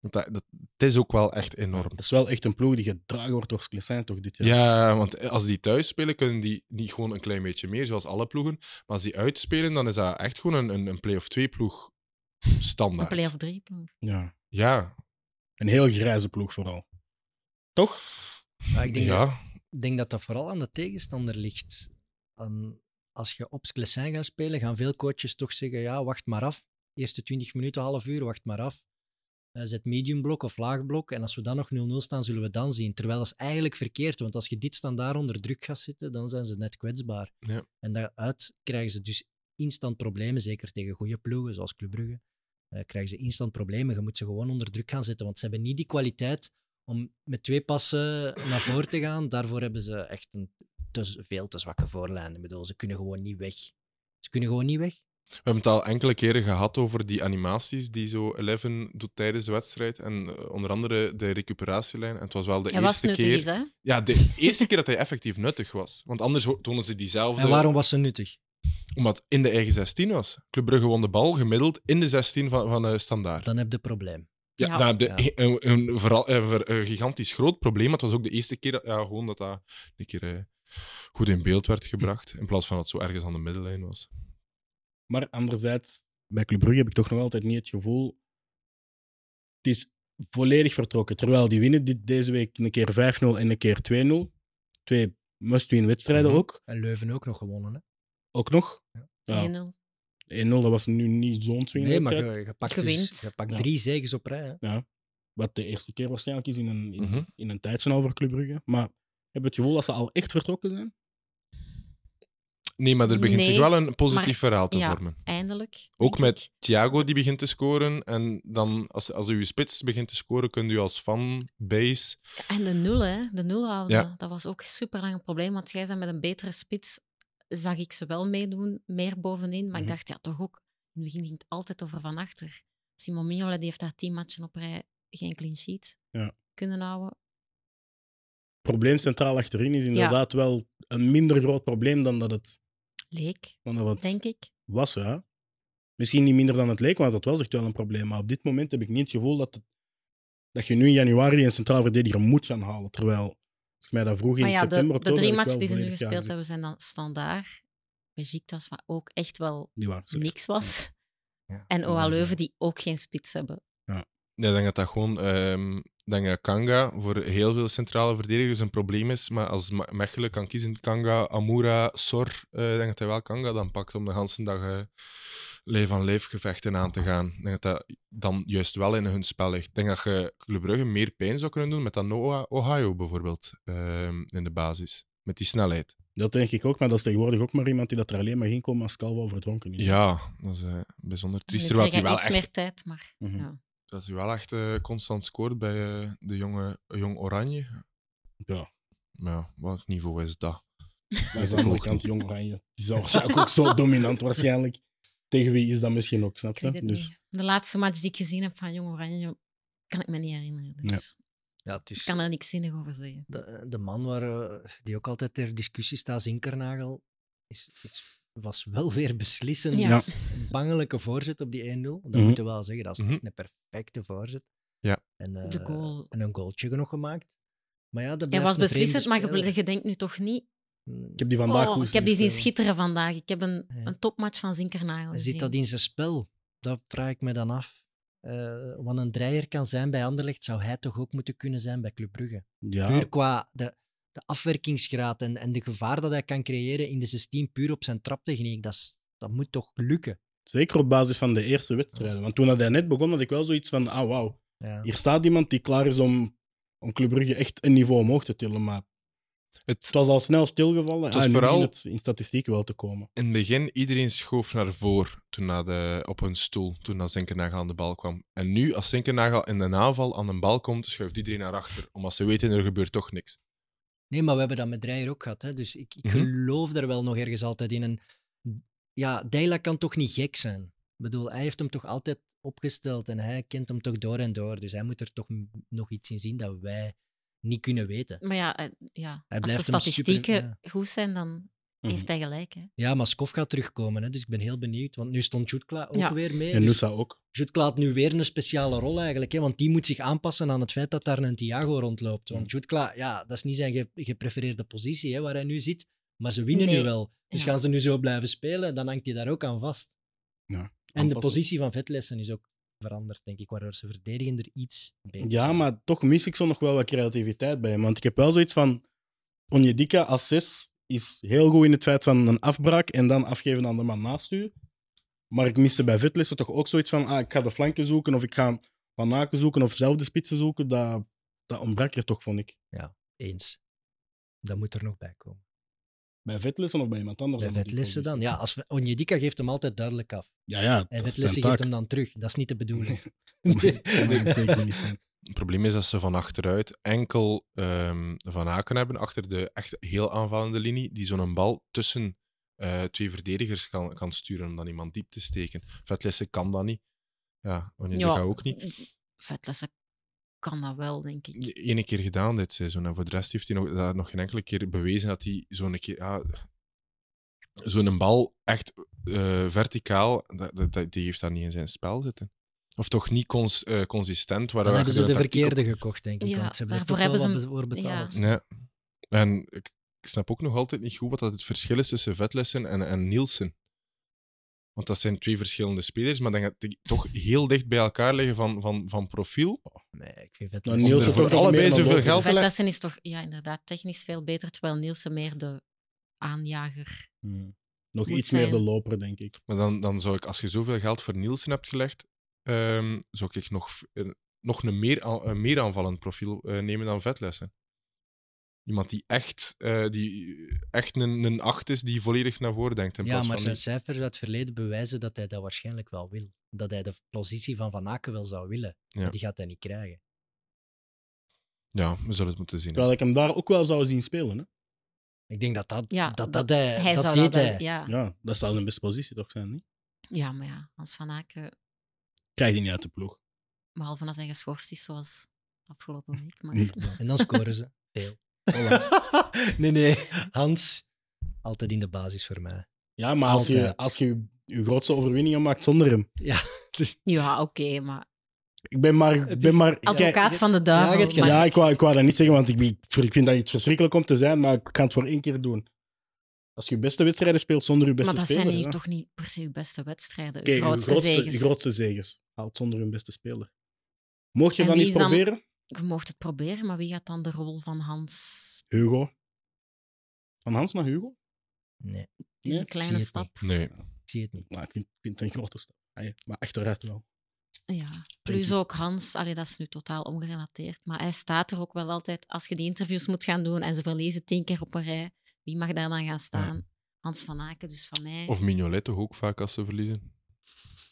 Want dat, dat, het is ook wel echt enorm. Dat is wel echt een ploeg die gedragen wordt door Sclessin toch dit jaar. Ja, want eh, als die thuis spelen, kunnen die niet gewoon een klein beetje meer, zoals alle ploegen. Maar als die uitspelen, dan is dat echt gewoon een, een, een play-off 2 ploeg Een standaard. play-off 3 ploeg. Ja. Ja. Een heel grijze ploeg vooral. Toch? Maar ik denk, ja. dat, ik denk dat dat vooral aan de tegenstander ligt. Aan- als je op Sclessin gaat spelen, gaan veel coaches toch zeggen: ja, wacht maar af. Eerste 20 minuten, half uur, wacht maar af. Eh, Zet medium blok of laag blok. En als we dan nog 0-0 staan, zullen we dan zien. Terwijl dat is eigenlijk verkeerd. Want als je dit standaard onder druk gaat zitten, dan zijn ze net kwetsbaar. Ja. En daaruit krijgen ze dus instant problemen. Zeker tegen goede ploegen, zoals Club Brugge. eh, krijgen ze instant problemen. Je moet ze gewoon onder druk gaan zetten. Want ze hebben niet die kwaliteit om met twee passen naar voren te gaan. Daarvoor hebben ze echt een te, veel te zwakke voorlijn. Ik bedoel, ze kunnen gewoon niet weg. Ze kunnen gewoon niet weg. We hebben het al enkele keren gehad over die animaties die zo Eleven doet tijdens de wedstrijd. En eh, onder andere de recuperatielijn. En het was wel de Hij was eerste nuttig, keer. is, hè? Ja, de eerste keer dat hij effectief nuttig was. Want anders ho- tonen ze diezelfde. En waarom was ze nuttig? Omdat het in de eigen 16 was. Club Brugge won de bal gemiddeld in de 16 van, van eh, Standaard. Dan heb je een probleem. Ja, Ja. dan heb je Ja. een, een, vooral- een ver- een gigantisch groot probleem. Het was ook de eerste keer dat, ja, gewoon dat dat een keer eh, goed in beeld werd gebracht. In plaats van dat het zo ergens aan de middellijn was. Maar anderzijds, bij Club Brugge heb ik toch nog altijd niet het gevoel... Het is volledig vertrokken. Terwijl die winnen dit deze week een keer 5-0 en een keer 2-0. Twee must-win wedstrijden Mhm. ook. En Leuven ook nog gewonnen. Hè? Ook nog. Ja. 1-0. 1-0, dat was nu niet zo'n swing Nee, maar je, je pakt, Je dus- wint. je pakt Ja. drie zegens op rij. hè. Wat de eerste keer waarschijnlijk is in een, in, Mhm. in een tijdje al voor Club Brugge. Maar ik heb het gevoel dat ze al echt vertrokken zijn. Nee, maar er begint Nee, zich wel een positief maar- verhaal te ja. vormen. Eindelijk. Ook denk met ik. Thiago die begint te scoren. En dan, als, als u spits begint te scoren, kunt u als fanbase. En de nul, hè? De nul houden. Ja. Dat was ook super lang een probleem. Want jij zei met een betere spits zag ik ze wel meedoen, meer bovenin. Maar ik Mhm. dacht, ja, toch ook. In het begin ging het altijd over van achter. Simon Mignola die heeft daar tien matchen op rij geen clean sheet Ja. kunnen houden. probleem centraal achterin is inderdaad wel een minder groot probleem dan dat het, Leek, dan dat het denk ik. was. Ja. Misschien niet minder dan het leek, want dat was echt wel een probleem. Maar op dit moment heb ik niet het gevoel dat, het- dat je nu in januari een centraal verdediger moet gaan halen. Terwijl, als ik mij dat vroeg in Maar ja, de, september, de oktober... drie heb ik matchen wel die ze nu volledig ja gespeeld gezegd. hebben zijn dan standaard. Beşiktaş, wat ook echt wel Die waren slecht. niks was. Ja. En OA Ja, Leuven, die ook geen spits hebben. Ja, ik denk dat dat gewoon. ehm, ik denk dat Kanga voor heel veel centrale verdedigers een probleem is. Maar als Ma- Mechelen kan kiezen, Kanga, Amura, Sor. eh, ik denk dat hij wel Kanga dan pakt om de hele dag eh leef aan leef gevechten aan te gaan. Ik denk dat dat dan juist wel in hun spel ligt. Ik denk dat je Club Brugge meer pijn zou kunnen doen met dat Noah Ohio bijvoorbeeld ehm, in de basis. Met die snelheid. Dat denk ik ook, maar dat is tegenwoordig ook maar iemand die dat er alleen maar in komt als Calvo verdronken is. Ja, dat is eh, bijzonder triest. Nu Terwijl hij krijgen wel iets echt meer tijd, maar... Mhm. ja. Dat hij wel echt eh, constant scoort bij eh, de jonge Jong Oranje. Ja. Maar ja, welk niveau is dat? Maar aan de andere kant, Jong Oranje, die zou waarschijnlijk ook <laughs> zo dominant waarschijnlijk. Tegen wie is dat misschien ook, snap Ik weet je? het Dus niet. De laatste match die ik gezien heb van Jong Oranje, kan ik me niet herinneren. Dus Ja, het ik is kan er niks zinnig over zeggen. de, de man waar, eh, die ook altijd ter discussie staat, Zinkernagel, is, is, was wel weer beslissend. Ja. Ja. Een bangelijke voorzet op die 1-0. Dat Mhm. moeten we wel zeggen. Dat is Mhm. echt een perfecte voorzet. Ja. En, eh, De goal. en een goaltje nog gemaakt. Maar ja, dat Hij blijft Mm, was een vreemde beslissend, maar je speler. bl- je denkt nu toch niet... ik heb die vandaag Oh, goed ik heb die zien spelen. schitteren vandaag. Ik heb een, Ja. een topmatch van Zinkernagel gezien. Zit dat in zijn spel? Dat vraag ik me dan af. Eh, wat een draaier kan zijn bij Anderlecht, zou hij toch ook moeten kunnen zijn bij Club Brugge. Eh, Ja, Puur qua de, de afwerkingsgraad en, en de gevaar dat hij kan creëren in de 16, puur op zijn traptechniek. Dat, is- dat moet toch lukken? Zeker op basis van de eerste wedstrijden. Want toen dat hij net begon, had ik wel zoiets van: ah, wauw. Ja. Hier staat iemand die klaar is om, om Club Brugge echt een niveau omhoog te tillen. Maar Het, het was al snel stilgevallen. Het was Ah, en nu vooral- begint het in statistieken wel te komen. in het begin, iedereen schoof naar voren toen na de, op hun stoel, toen dat Zinkernagel aan de bal kwam. En nu, als Zinkernagel in de aanval aan de bal komt, schuift iedereen naar achter. Omdat ze weten, er gebeurt toch niks. Nee, maar we hebben dat met Dreyer ook gehad. Hè? Dus ik, ik Mhm. geloof daar wel nog ergens altijd in. En ja, Deila kan toch niet gek zijn? Ik bedoel, hij heeft hem toch altijd opgesteld en hij kent hem toch door en door. Dus hij moet er toch m- nog iets in zien dat wij niet kunnen weten. Maar ja, eh, ja. als de Hij blijft hem statistieken super- goed zijn, dan Mhm. heeft hij gelijk. Hè. Ja, maar Skof gaat terugkomen, hè, dus ik ben heel benieuwd. Want nu stond Jutkla ook Ja. weer mee. En dus Nusa ook. Jutkla had nu weer een speciale rol eigenlijk, hè, want die moet zich aanpassen aan het feit dat daar een Thiago rondloopt. Want Mm. Jutkla, ja, dat is niet zijn ge- geprefereerde positie hè, waar hij nu zit, maar ze winnen nu Nee. wel. Dus Ja. gaan ze nu zo blijven spelen, dan hangt hij daar ook aan vast. Ja, en de aanpassen. positie van Vetlessen is ook veranderd, denk ik, waardoor ze verdedigender iets beter Ja, zijn. maar toch mis ik zo nog wel wat creativiteit bij hem. Want ik heb wel zoiets van... Onjedika als zes is heel goed in het feit van een afbraak en dan afgeven aan de man naast u. Maar ik miste bij Vitlissen toch ook zoiets van... Ah, ik ga de flanken zoeken of ik ga Van Aken zoeken of zelf de spitsen zoeken. Dat, dat ontbrak er toch, vond ik. Eens. Dat moet er nog bij komen. Bij Vitlissen of bij iemand anders. Bij dan moet ik Vetlessen wel dan? weten. Ja, als, Onjedika geeft hem altijd duidelijk af. Ja, ja. En dat is Vetlessen zijn geeft taak. hem dan terug. Dat is niet de bedoeling. <laughs> Nee, <laughs> dat zeker niet zijn. Het probleem is dat ze van achteruit enkel ehm, Van Aken hebben, achter de echt heel aanvallende linie, die zo'n bal tussen eh, twee verdedigers kan, kan sturen om dan iemand diep te steken. Vetlessen kan dat niet. Ja, Onyedika ook niet. Eh, Vetlessen kan dat wel, denk ik. Eén keer gedaan dit seizoen. En voor de rest heeft hij nog, daar nog geen enkele keer bewezen dat hij zo'n keer. Ja, zo'n bal echt eh, verticaal, dat, dat- dat- die heeft daar niet in zijn spel zitten. Of toch niet cons- eh, consistent. Dan waardoor hebben ze je er de een tactiek op- verkeerde gekocht, denk ik. Ja, want ze hebben er toch daarvoor wel hebben wat ze be- voor betaald. Ja. En ik, ik snap ook nog altijd niet goed wat dat het verschil is tussen Vetlessen en, en Nielsen. Want dat zijn twee verschillende spelers, maar ik denk dat die toch heel dicht bij elkaar liggen van, van, van profiel. Nee, ik vind het Nou, Om Nielsen er voor toch nog meer allebei dan zoveel Boven. geld te leggen. Vetlessen is toch ja, inderdaad technisch veel beter, terwijl Nielsen meer de aanjager... Hmm. Nog Moet iets meer zijn. de loper, denk ik. Maar dan, dan zou ik, als je zoveel geld voor Nielsen hebt gelegd, ehm, zou ik nog, v- een- nog een, meer, aan- een meer aanvallend profiel eh, nemen dan Vetlessen. Iemand die echt, eh, die echt een, een acht is, die volledig naar voren denkt. In Ja, plaats maar van zijn die- cijfers uit het verleden bewijzen dat hij dat waarschijnlijk wel wil. Dat hij de positie van Van Aken wel zou willen. Ja. Maar Die gaat hij niet krijgen. Ja, we zullen het moeten zien. hè. Terwijl ik hem daar ook wel zou zien spelen. Hè? Ik denk dat dat, Ja, dat, dat, hij, Hij Eh, dat zou deed dat wel- hij. ja. Ja, dat zou zijn beste positie toch zijn, niet? ja, maar ja, Hans Van Aken, Krijg die niet uit de ploeg. behalve als hij geschorst is, zoals <laughs> afgelopen week. Maar... Inderdaad. En dan <laughs> scoren ze. Veel. nee, nee. Hans, altijd in de basis voor mij. Ja, maar als je, Altijd. als je je grootste overwinningen maakt zonder hem. Ja, oké, maar Ik ben maar... Het Ik ben is- maar advocaat Kijk, van de duivel. Ja, je hebt maar- ja, ik wou, ik wou dat niet zeggen, want ik, ik vind dat iets verschrikkelijk om te zijn, maar ik kan het voor één keer doen. Als je je beste wedstrijden speelt zonder je beste maar dat speler... zijn hier ja. toch niet per se uw beste wedstrijden, Kijk, uw je grootste, grootste, je zegens. grootste zegens. Haalt zonder hun beste speler. Mocht je En dan wie iets is dan- proberen? Je mocht het proberen, maar wie gaat dan de rol van Hans? Hugo. Van Hans naar Hugo? Nee, Het is Nee, een zie kleine het stap. Nee. ik zie het niet. Nou, ik vind, ik vind het een grote stap. Ah, ja, Maar achteruit wel. Ja. Plus ik. ook Hans, allee, dat is nu totaal ongerelateerd, maar hij staat er ook wel altijd. Als je die interviews moet gaan doen en ze verliezen tien keer op een rij, wie mag daar dan gaan staan? Hans van Aken, dus van mij. Of Mignolet toch ook vaak als ze verliezen?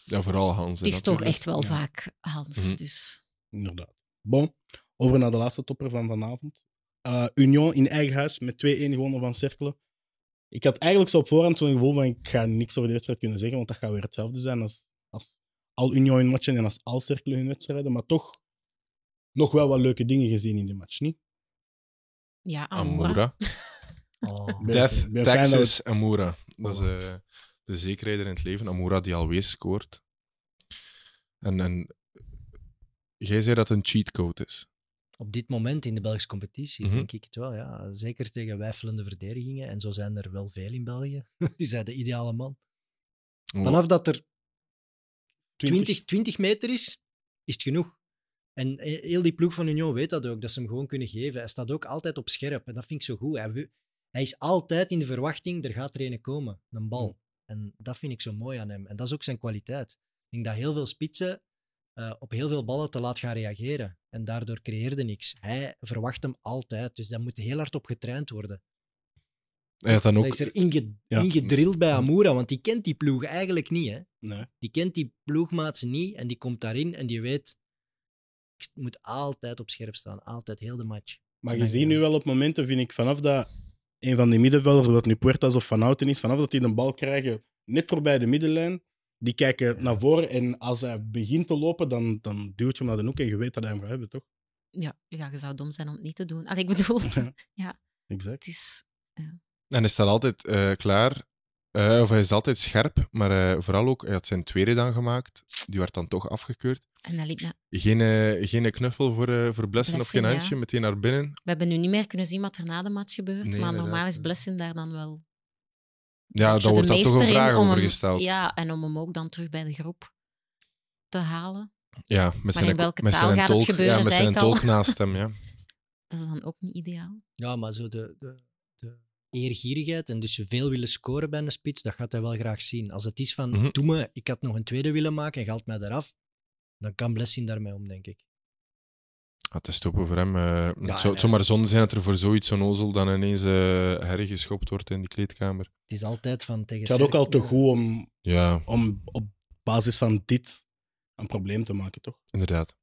Ja, vooral Hans. hè, het is toch natuurlijk. echt wel Ja. vaak Hans. Mhm. Dus Inderdaad. Bon, over naar de laatste topper van vanavond. Eh, Union in eigen huis met 2-1 gewonnen van Cerkelen. Ik had eigenlijk zo op voorhand zo'n gevoel van ik ga niks over de wedstrijd kunnen zeggen, want dat gaat weer hetzelfde zijn als, als al Union hun matchen en als al Cerkelen hun wedstrijden. Maar toch nog wel wat leuke dingen gezien in die match, niet? ja, ah, Amoura. Amoura. Oh. Ben- Death, ben fijn dat Oh. Texas, Amoura. Dat is eh, de zekerheid in het leven. Amoura die alweer scoort. En, en jij zei dat het een cheatcode is. op dit moment in de Belgische competitie, Mhm. denk ik het wel. Ja. Zeker tegen wijfelende verdedigingen. En zo zijn er wel veel in België. <laughs> Die zijn de ideale man. Vanaf dat er 20, 20 meter is, is het genoeg. En he- heel die ploeg van Union weet dat ook, dat ze hem gewoon kunnen geven. Hij staat ook altijd op scherp en dat vind ik zo goed. Hij, wi- hij is altijd in de verwachting, er gaat er een komen, een Hmm. bal. En dat vind ik zo mooi aan hem. En dat is ook zijn kwaliteit. Ik denk dat heel veel spitsen eh, op heel veel ballen te laat gaan reageren. En daardoor creëerde niks. Hij verwacht hem altijd, dus daar moet heel hard op getraind worden. Hij had dan Hij ook... is er inge- Ja. ingedrild bij Amoura, want die kent die ploeg eigenlijk niet. Hè? Nee. Die kent die ploegmaats niet en die komt daarin en die weet, ik st- moet altijd op scherp staan. Altijd, heel de match. Maar je Nee, ziet nee. nu wel op momenten, vind ik, vanaf dat een van die middenvelders, of dat nu Puertas of Van Houten is, vanaf dat die een bal krijgen net voorbij de middenlijn, die kijken naar voren en als hij begint te lopen, dan, dan duwt je hem naar de hoek en je weet dat hij hem gaat hebben, toch? Ja, ja, je zou dom zijn om het niet te doen. Allee, ik <laughs> bedoel, Exact. het is... En hij staat altijd eh, klaar. Eh, of hij is altijd scherp, maar eh, vooral ook, hij had zijn tweede dan gemaakt. Die werd dan toch afgekeurd. En dat liep na... Geen, eh, geen knuffel voor, eh voor Blessing Blessing, of geen ja. handje, meteen naar binnen. We hebben nu niet meer kunnen zien wat er na de match gebeurt, Nee, maar normaal inderdaad, is ja. Blessing daar dan wel... Zo Ja, daar wordt de dan toch een meester in vraag om over hem- gesteld. Ja, Ja, en om hem ook dan terug bij de groep te halen. met Maar zijn, in welke met taal zijn gaat het tolk, gebeuren, ja, met zei zijn ik al. tolk naast hem. Ja. Dat is dan ook niet ideaal. Ja, maar zo de, de, de eergierigheid en dus zoveel willen scoren bij een spits, dat gaat hij wel graag zien. Als het is van, Mhm. doe me, ik had nog een tweede willen maken en je haalt mij eraf, dan kan Blessing daarmee om, denk ik. Ah, het is toppen voor hem. eh. het zou en het hij- zou maar zonde zijn dat er voor zoiets zo'n ozel dan ineens eh hergeschopt wordt in die kleedkamer. Het is altijd van tegen... Het gaat ook Serk- al te goed om, Ja, om op basis van dit een probleem te maken, toch? inderdaad.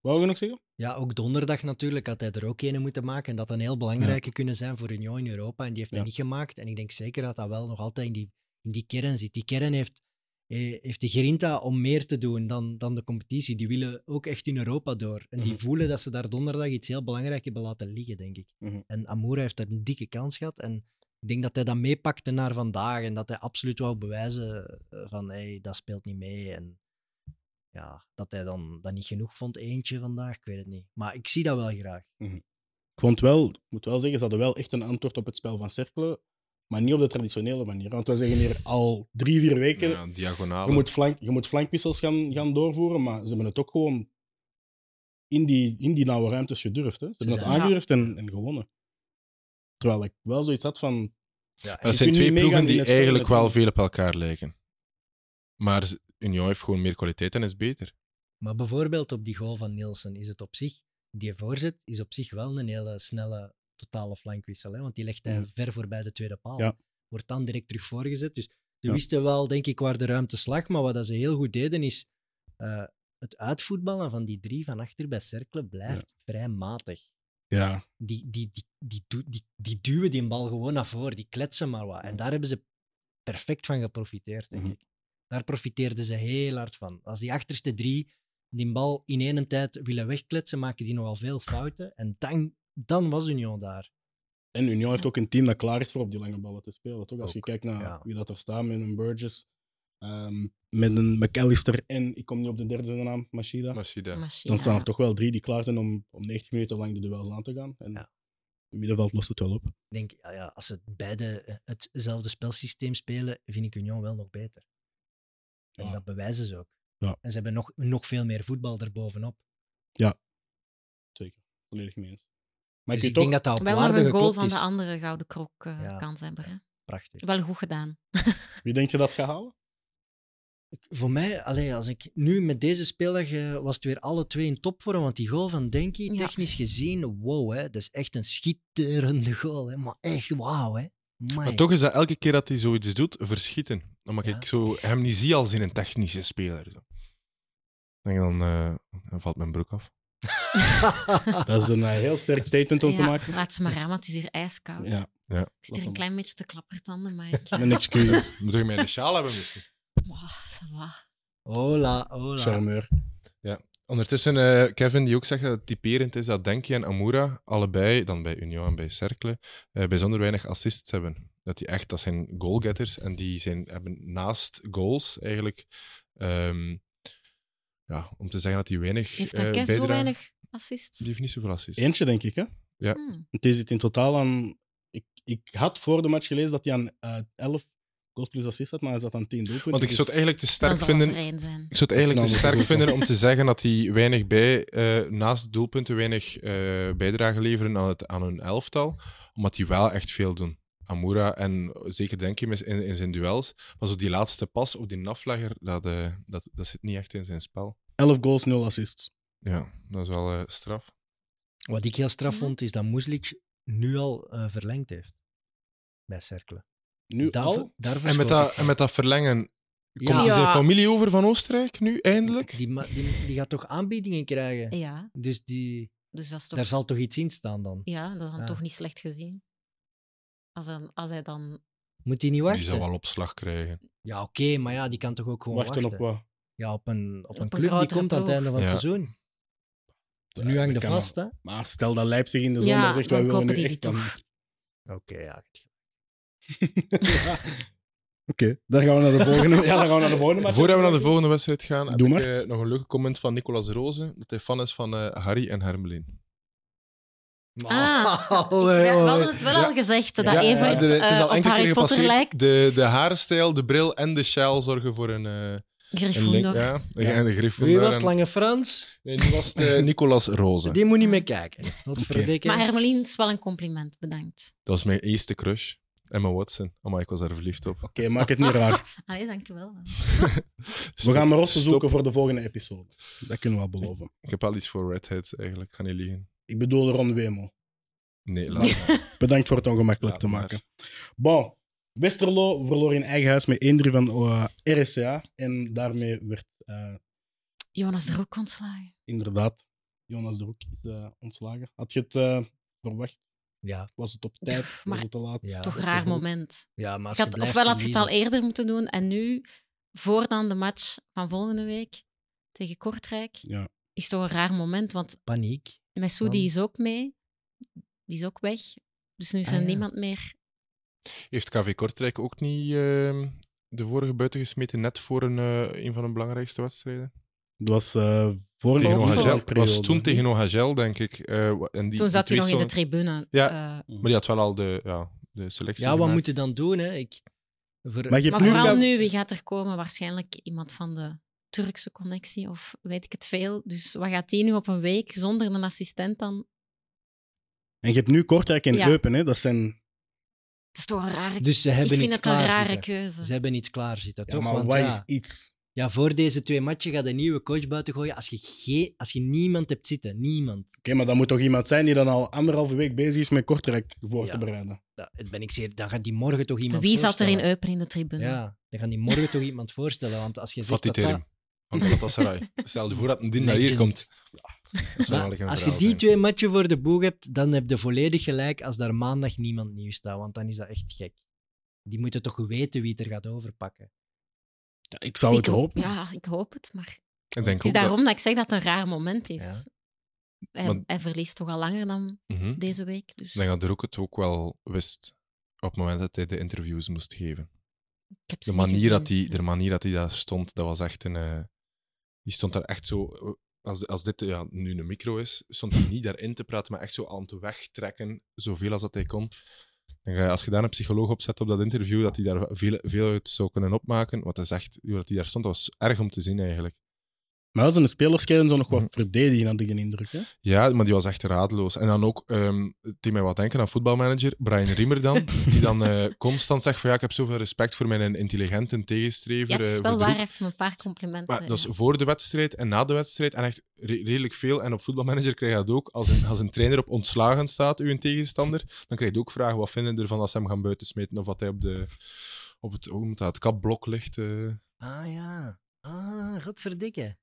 Wou je nog zeggen? Ja, ook donderdag natuurlijk had hij er ook een moeten maken. En dat dan heel belangrijke kunnen zijn voor Union in Europa. En die heeft hij Ja. niet gemaakt. En ik denk zeker dat dat wel nog altijd in die, in die kern zit. Die kern heeft, eh, heeft de Grinta om meer te doen dan, dan de competitie. Die willen ook echt in Europa door. En die Mhm. voelen dat ze daar donderdag iets heel belangrijks hebben laten liggen, denk ik. Mhm. En Amoura heeft daar een dikke kans gehad. En ik denk dat hij dat meepakte naar vandaag. En dat hij absoluut wou bewijzen eh, van, hé, hey, dat speelt niet mee. En ja, dat hij dan dat niet genoeg vond, eentje vandaag, ik weet het niet. Maar ik zie dat wel graag. Ik vond wel, ik moet wel zeggen, ze hadden wel echt een antwoord op het spel van cirkelen, maar niet op de traditionele manier. Want we zeggen hier al drie, vier weken, Ja, diagonale. je, moet flank, je moet flankwissels gaan, gaan doorvoeren, maar ze hebben het ook gewoon in die, in die nauwe ruimtes gedurfd. Hè. Ze hebben het zijn- aangedurfd en, en gewonnen. Terwijl ik wel zoiets had van... Ja, Maar je dat zijn kunt twee niet meegaan ploegen in die het spel eigenlijk met wel hun. veel op elkaar lijken. Maar z- Union heeft gewoon meer kwaliteit en is beter. Maar bijvoorbeeld op die goal van Nielsen is het op zich, die voorzet is op zich wel een hele snelle totale flankwissel, hè? want die legt hij Mhm. ver voorbij de tweede paal. Ja. Wordt dan direct terug voorgezet. Dus ze Ja. wisten wel, denk ik, waar de ruimte slag, maar wat dat ze heel goed deden is eh, het uitvoetballen van die drie van achter bij Cerkelen blijft vrij matig. Ja, die, die, die, die, du- die, die duwen die bal gewoon naar voren, die kletsen maar wat. En Mhm. daar hebben ze perfect van geprofiteerd, denk Mhm. ik. Daar profiteerden ze heel hard van. Als die achterste drie die bal in één tijd willen wegkletsen, maken die nogal veel fouten. En dan, dan was Union daar. En Union heeft ook een team dat klaar is voor op die lange ballen te spelen. Toch? Als je Ook, kijkt naar ja. wie dat er staat met een Burgess, ehm, met een McAllister en, ik kom niet op de derde zijn naam, Machida. Maar zie dat. Machina. Dan staan er toch wel drie die klaar zijn om, om 90 minuten lang de duels aan te gaan. En Ja. het middenveld lost het wel op. Ik denk, ja, ja, als ze beide eh, hetzelfde spelsysteem spelen, vind ik Union wel nog beter. En Ja. dat bewijzen ze ook. Ja. En ze hebben nog, nog veel meer voetbal erbovenop. Volledig mee eens. Maar Dus ik ik weet toch, denk dat dat op Wel nog waarde een goal geklopt van is. de andere gouden krok eh, Ja. kanshebber. hè. Prachtig. Wel goed gedaan. wie denk je dat gaat halen? Ik- voor mij, allee, als ik nu met deze speeldag eh, was het weer alle twee in topvorm. Want die goal van Denki, Ja. technisch gezien, wow, hè, dat is echt een schitterende goal. Hè, maar echt wauw, hè. Amai. Maar toch is dat elke keer dat hij zoiets doet, verschieten. Omdat Ja. ik zo hem niet zie als in een technische speler. Zo. Ik Denk dan, eh, dan valt mijn broek af. Dat is een eh, heel sterk statement om te Ja, maken. Laat ze maar aan, want het is hier ijskoud. Ja, Ik zit hier een klein beetje te klappertanden, maar <laughs> ik... mijn excuses. <laughs> Moet je mij een sjaal <laughs> hebben misschien? Oh, ça va. Hola, hola. Charmeur. Ondertussen, eh, Kevin die ook zegt dat het typerend is dat Denki en Amoura allebei, dan bij Union en bij Cercle, eh, bijzonder weinig assists hebben. Dat, die echt, dat zijn goalgetters en die zijn, hebben naast goals eigenlijk, ehm, ja, om te zeggen dat die weinig Heeft eh, Tankes zo bijdragen. weinig assists? Die heeft niet zoveel assists. Eentje, denk ik. Hè? Hmm. Het is het in totaal aan... Ik, ik had voor de match gelezen dat hij aan eh, 11 goals plus assists had, maar hij zat aan 10 doelpunten. Want ik zou dus- het eigenlijk te Dan sterk zal het vinden... er één zijn. Ik zou het eigenlijk te Ik snap sterk het ook vinden om te zeggen dat die weinig bij, eh, naast doelpunten, weinig eh, bijdrage leveren aan, het, aan hun elftal. Omdat die wel echt veel doen. Amoura en zeker denk je in, in zijn duels. Maar zo die laatste pas op die aflegger, dat, eh, dat, dat zit niet echt in zijn spel. 11 goals, 0 assists. Ja, dat is wel eh, straf. Wat ik heel straf Ja. vond, is dat Moeslic nu al eh, verlengd heeft. Bij Cerkelen. Nu Daar- al? daar En met, verschoot ik dat, van. en met dat verlengen, komt Ja. hij zijn Ja. familie over van Oostenrijk nu eindelijk? Die, ma- die, die gaat toch aanbiedingen krijgen? Ja, Dus die, dus dat is toch... daar zal toch iets in staan dan? Ja, dat is dan Ah. toch niet slecht gezien. Als, dan, als hij dan... Moet die niet Die wachten? zal wel opslag krijgen. Ja, oké, maar ja, die kan toch ook gewoon Wachten wachten. op wat? Ja, op een, op Op een een club die grotere komt aan het ploeg. einde van het Ja. seizoen. nu hangt dat de kan vast, hè? wel. Maar stel dat Leipzig in de Ja, zomer zegt, wij dan willen kopen nu die echt... die Dan... toch. Oké, ja. <laughs> Ja. Oké, daar gaan we <laughs> naar de volgende. Ja, dan gaan we naar de volgende match. Voordat we naar de volgende wedstrijd gaan, heb Doe ik maar. eh, nog een leuke comment van Nicolas Roze. Dat hij fan is van eh, Harry en Hermelin. <laughs> Ah. Allee, Ja, we allee. hadden het wel al gezegd, dat Oh, Ja, even ja, ja. het, De- het eh, is al op enkele keer Harry Potter gepasseerd. lijkt. De, de haarstijl, de bril en de sjaal zorgen voor een, eh, een link. Gryffindor. Ja, Ja. en de Gryffindor. Wie was het, en- Lange Frans? Nee, nu was het <laughs> eh, Nicolas Roze. Die moet niet meer kijken. Wat Oké. verdikken. Maar Hermelien is wel een compliment, bedankt. Dat was mijn eerste crush. Emma Watson. Amai, ik was daar verliefd op. Oké, maak het niet raar. Allee, dankjewel. We Stop, gaan maar rossen stop. zoeken voor de volgende episode. Dat kunnen we al beloven. Ik heb al iets voor redheads eigenlijk. Ik ga niet liegen. Ik bedoel Ron Wemo. Nee, laat maar. <laughs> Bedankt voor het ongemakkelijk Laat te maar. maken. Bon, Westerlo verloor in eigen huis met 1-3 van eh, RSCA. En daarmee werd eh, Jonas er ook ontslagen. inderdaad Jonas de Hoek is, eh, ontslagen. Had je het eh, verwacht? Ja, Was het op tijd? Pff, Was maar- het te laat? Ja. Toch dat is raar goed. moment. ja, maar als Je je had, blijft ofwel had je het al verliezen- eerder moeten doen en nu, voor dan de match van volgende week tegen Kortrijk, Ja. is toch een raar moment, want Paniek. Messoudi Dan- is ook mee. Die is ook weg. Dus nu is Ah, er ja. niemand meer. Heeft KV Kortrijk ook niet ehm, de vorige buiten gesmeten net voor een, eh, een van de belangrijkste wedstrijden? Het was eh voor Tegen een Ook voor- Ohagel. overgangsperiode. Het was toen tegen Ohagel, denk ik. Eh, wa- en die, Toen die zat hij twee nog in de stonden- tribune. Ja. eh, Maar die had wel al de, ja, de selectie Ja, wat gemaakt. moet je dan doen? Hè? Ik, ver- Maar je hebt maar nu... vooral nu, wie gaat er komen? Waarschijnlijk iemand van de Turkse connectie of weet ik het veel. Dus wat gaat die nu op een week zonder een assistent dan? En je hebt nu Kortrijk en Ja. Eupen, hè? Dat zijn... Het is toch een rare Dus ze Ik hebben vind iets het een klaar rare zitten. keuze. Ze hebben iets klaar zitten, Ja, toch? maar Want wat ja, is iets? ja, voor deze twee matchen gaat een nieuwe coach buiten gooien als je, geen- als je niemand hebt zitten. Niemand. Oké, maar dat moet toch iemand zijn die dan al anderhalve week bezig is met Kortrijk voor Ja. te bereiden? Dat, dat ben ik zeer, dan gaat die morgen toch iemand Wie zat er in voorstellen. Eupen in de tribune? Ja, dan gaan die morgen toch iemand voorstellen. Want als je zegt Fatih dat dat- Terim. Van Galatasaray. <laughs> Stel je voor dat een din naar hier Legend. komt. Ja, dat zou Maar wel een als je verhaal die zijn. twee matchen voor de boeg hebt, dan heb je volledig gelijk als daar maandag niemand nieuw staat. Want dan is dat echt gek. Die moeten toch weten wie het er gaat overpakken. Ja, ik zou het ik, hopen. Ja, ik hoop het, maar Ik denk het is ook dat- daarom dat... ik zeg dat het een raar moment is. Ja. Hij, Maar- hij verliest toch al langer dan Mhm. deze week. Dus Ik denk dat de Roek het ook wel wist op het moment dat hij de interviews moest geven. ik heb ze De niet manier, dat gezien. hij, de manier dat hij daar stond, dat was echt een... eh, die stond daar echt zo... eh, Als, als dit eh, ja, nu een micro is, stond hij niet daarin te praten, maar echt zo aan het wegtrekken, zoveel als dat hij kon. En eh, als je daar een psycholoog op zet op dat interview, dat hij daar veel, veel uit zou kunnen opmaken. Wat hij zegt, hoe dat hij daar stond, dat was erg om te zien eigenlijk. Maar als een spelerskern zo nog wat Mhm. verdedigen, had ik een indruk. Hè? Ja, maar die was echt radeloos. En dan ook, ehm het deed mij wat denken aan voetbalmanager Brian Riemer dan, die dan eh, constant zegt van ja, ik heb zoveel respect voor mijn intelligente tegenstrever. Ja, het is eh, wel voor de waar, hij Roek. heeft me een paar complimenten. Maar dat is eh, ja. voor de wedstrijd en na de wedstrijd en echt re- redelijk veel. En op voetbalmanager krijg je dat ook. Als een, als een trainer op ontslagen staat, uw tegenstander, dan krijg je ook vragen wat vinden ervan als ze hem gaan buitensmeten of wat hij op, de, op het, hoe noemt dat, het kapblok ligt. eh. Ah ja. Ah, godverdikke.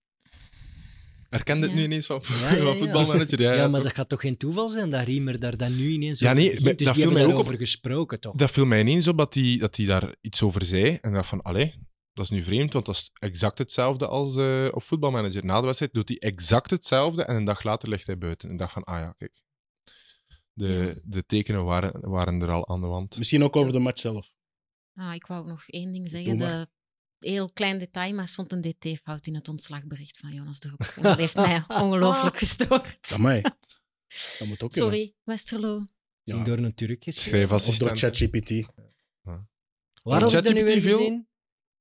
Herkende het Ja. nu ineens van, <laughs> Ja, ja, van ja. voetbalmanager? Ja, Ja, ja, maar toch. dat gaat toch geen toeval zijn dat Riemer daar dan nu ineens Ja, over nee, begint? maar Dus dat die hebben viel mij ook daarover gesproken, toch? Dat viel mij ineens op dat hij dat die daar iets over zei. En ik dacht van, allee, dat is nu vreemd, want dat is exact hetzelfde als eh, op voetbalmanager. Na de wedstrijd doet hij exact hetzelfde en een dag later ligt hij buiten. En ik dacht van, ah ja, kijk. De, de tekenen waren, waren er al aan de wand. Misschien ook over de match zelf. Ah, ik wou ook nog één ding Doe zeggen. maar. De, heel klein detail, maar er stond een dt-fout in het ontslagbericht van Jonas de Hoek. En dat heeft <laughs> mij ongelooflijk gestoord. Amai. Dat moet ook kunnen. Sorry, Westerlo. Ja. Zien door een Turk geschreven. Of door Schrijfassistent. ChatGPT. Waar had ik dat nu ChatGPT weer veel? gezien?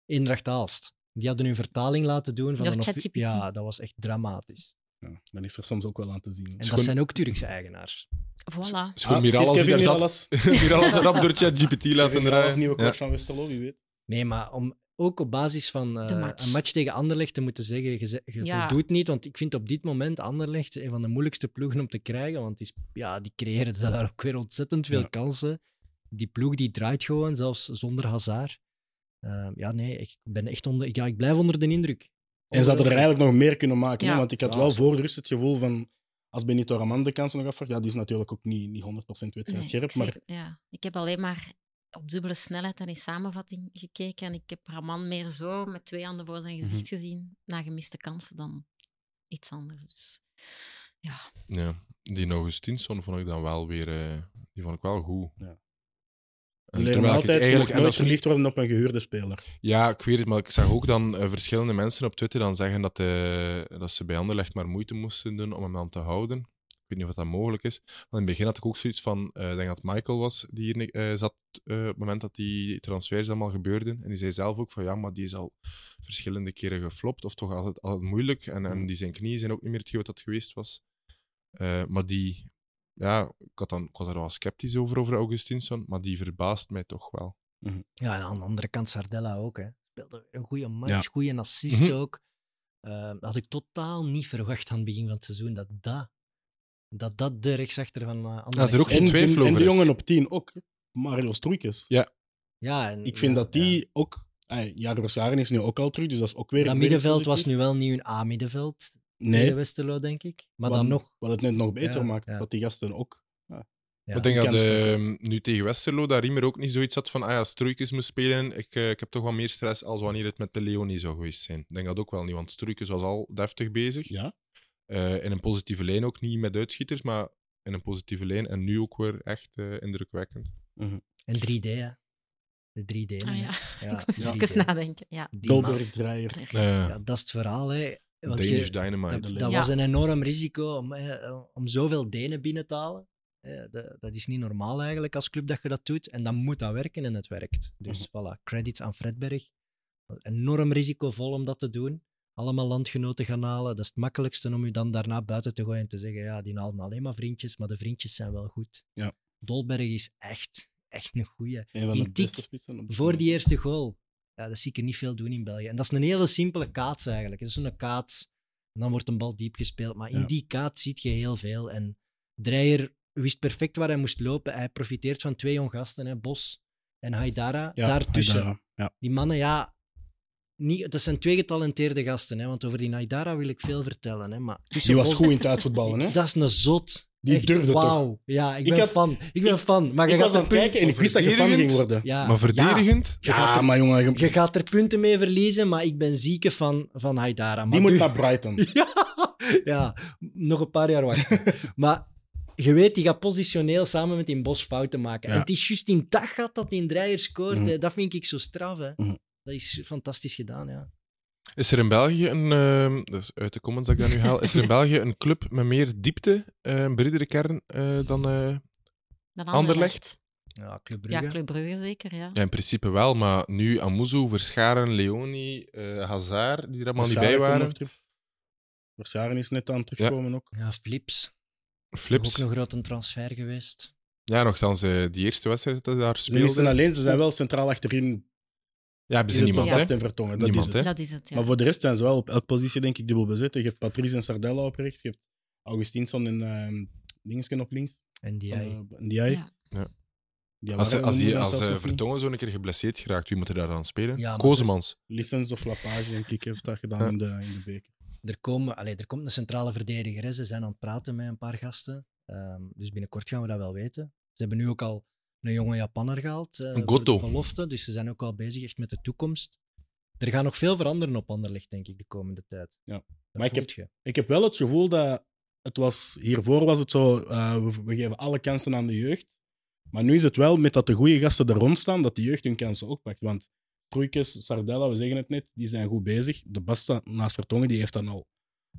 Indracht Aalst. Die hadden hun vertaling laten doen van Door een offi- ChatGPT. Ja, dat was echt dramatisch. Ja, dan is er soms ook wel aan te zien. En dat gewoon- zijn ook Turkse eigenaars. Voilà. Schoon Ah, Miralas die daar zat. <laughs> Miralas erop door ChatGPT Miralas, laten draaien. nieuwe Ja. coach van Westerlo, wie weet. Nee, maar om ook op basis van eh, De match. een match tegen Anderlecht te moeten zeggen, je, ze- je Ja. voldoet niet, want ik vind op dit moment Anderlecht een van de moeilijkste ploegen om te krijgen, want die, sp- ja, die creëren <laughs> daar ook weer ontzettend veel Ja. kansen. Die ploeg die draait gewoon, zelfs zonder Hazard. Eh, ja, nee, ik, ben echt onder, ja, ik blijf onder de indruk. En ze hadden er eigenlijk nog meer kunnen maken. hè, Ja. Want ik had Ja, wel zo. voor de rust het gevoel van... Als Benito Raman de kansen nog afvraagt... Ja, die is natuurlijk ook niet, niet 100% wedstrijd Nee, ik scherp. zeg- Maar ja, ik heb alleen maar op dubbele snelheid en in samenvatting gekeken. En ik heb Raman meer zo met twee handen voor zijn gezicht gezien. Na gemiste kansen dan iets anders. Dus Ja. Ja. Die Augustinsson vond ik dan wel weer... eh, die vond ik wel goed. Ja. En Die terwijl leren me ik altijd je eigenlijk- moet en nooit dat is niet- verliefd worden op een gehuurde speler. Ja, ik weet het, maar ik zag ook dan eh, verschillende mensen op Twitter dan zeggen dat, eh, dat ze bij Anderlecht maar moeite moesten doen om hem aan te houden. Ik weet niet of dat mogelijk is. Want in het begin had ik ook zoiets van, eh, ik denk dat het Michael was die hier eh, zat eh, op het moment dat die transfers allemaal gebeurden. En die zei zelf ook van, ja, maar die is al verschillende keren geflopt, of toch altijd, altijd moeilijk. En, en die zijn knieën zijn ook niet meer hetgeen wat dat geweest was. Eh, maar die, ja, ik, had dan, ik was er wel sceptisch over, over Augustinsson, maar die verbaast mij toch wel. Ja, en aan de andere kant Sardella ook. Hè. Speelde een goede match, Ja. goede assist Mhm. ook. Eh, had ik totaal niet verwacht aan het begin van het seizoen dat dat, dat, dat de rechtsachter van eh Anderlecht er ook was. geen En, twijfel en, en over de is. jongen op 10 ook, Mario Stroeikens. Ja, Mm, en, Ik vind ja, dat die ook... Ay, ja, Rosaren is nu ook al terug, dus dat is ook weer... ja. Dat weer middenveld was positief. nu wel niet een A-middenveld. Nee. Nee, Westerlo, denk ik. Maar wat, dan nog. Wat het net nog beter Ja, maakt, ja. dat die gasten ook... ah, Ja. ik denk dat Kennis eh, nu tegen Westerlo dat Riemer ook niet zoiets had van ah ja, Struikens moest spelen. Ik, eh, ik heb toch wel meer stress als wanneer het met de Leonie zou geweest zijn. Ik denk dat ook wel niet, want Struikens was al deftig bezig. Ja. Eh, in een positieve lijn ook niet met uitschieters, maar in een positieve lijn. En nu ook weer echt eh, indrukwekkend. En 3D, hè. De 3D. <laughs> Ah, ja. ik moest Ja. even 3D. nadenken. Ja. Die Dolberg, Dreyer. Eh, ma- ja, dat is het verhaal, hè. Want Danish je- Dynamite. dat dat Ja. was een enorm risico om, hè, om zoveel Denen binnen te halen. Hè, de- dat is niet normaal eigenlijk als club dat je dat doet. En dan moet dat werken en het werkt. Dus voilà, credits aan Fredberg. Enorm risicovol om dat te doen. Allemaal landgenoten gaan halen. Dat is het makkelijkste om je dan daarna buiten te gooien en te zeggen: ja, die halen alleen maar vriendjes, maar de vriendjes zijn wel goed. Ja. Dolberg is echt, echt een goeie. Een van de Intiek. beste spitsen. op dit Voor die moment. eerste goal. Ja, dat zie ik er niet veel doen in België. En dat is een hele simpele kaats eigenlijk. Het is zo'n kaats. En dan wordt een bal diep gespeeld. Maar in Ja. die kaats ziet je heel veel. En Dreyer wist perfect waar hij moest lopen. Hij profiteert van twee jong gasten, hè, Bos en Haidara. Ja, Daartussen. Haidara, Ja. Die mannen, ja. Niet, dat zijn twee getalenteerde gasten. Hè, want over die Haidara wil ik veel vertellen. Hè, maar Die was goed in het uitvoetballen, hè? Dat is een zot. Die Echt, durfde toch? wauw. Ja, ik Ik ben had- fan. Ik ben fan. Maar je Ik gaat was aan er het punt- kijken en ik wist dat je fan ging verdedigend. worden. Ja. maar Ja. verdedigend? Ja, gaat er- maar jongen, je- Je gaat er punten mee verliezen, maar ik ben zieke van, van Haidara. Maar die moet nu- naar Brighton. Ja, <laughs> ja, nog een paar jaar wachten. <laughs> maar je weet, die gaat positioneel samen met in Bos fouten maken. Ja. En het is juist in dat gat dat in Dreyer scoort. Mhm. hè. Dat vind ik zo straf. Hè. Mhm. Dat is fantastisch gedaan, ja. Is er in België een, ehm, dus uit de comments dat ik dat nu <laughs> haal, is er in België een club met meer diepte, eh, een bredere kern eh, dan... eh, Dan Anderlecht. Ja, Club Ja, Club Brugge zeker, ja. Ja, in principe wel, maar nu Amuzu, Verscharen, Leoni, eh Hazard, die er allemaal niet Versaren komt bij waren. nog terug. Versaren is net aan het terugkomen ook. Ja, Flips. Flips. Ook een grote transfer geweest. Ja, nogthans, eh, die eerste wedstrijd dat ze daar Ze misten speelde. alleen, ze zijn wel centraal achterin. Ja, hebben Is ze het niemand, Van hè? Basten en Vertongen. Dat Niemand, is het. hè? Dat is het, ja. Maar voor de rest zijn ze wel op elke positie, denk ik, dubbel bezet. Je hebt Patrice en Sardella op rechts. Je hebt Augustinsson en ehm Dingsken op links. En die... Van, hij- eh, En die Ja. Ja. Die Als, waren als, er die, inderdaad als zelfs nog eh, niet. Vertongen zo'n keer geblesseerd geraakt, wie moet er daar aan spelen? Ja, maar Kozemans. Lissens of Lapage, denk ik, heeft dat gedaan Ja. in, de, in de beker. er, komen, allee, er komt een centrale verdediger. hè. Ze zijn aan het praten met een paar gasten. Ehm, dus binnenkort gaan we dat wel weten. Ze hebben nu ook al een jonge Japanner gehaald. eh, voor Goto. de belofte, dus ze zijn ook al bezig echt met de toekomst. Er gaan nog veel veranderen op Anderlecht, denk ik, de komende tijd. Ja. Dat Maar ik voelt je. Ik heb wel het gevoel dat het was, hiervoor was het zo, eh, we, we geven alle kansen aan de jeugd. Maar nu is het wel met dat de goede gasten er rond staan, dat de jeugd hun kansen ook pakt. Want Kroeikes, Sardella, we zeggen het net, die zijn goed bezig. De Basta naast Vertongen, die heeft dan al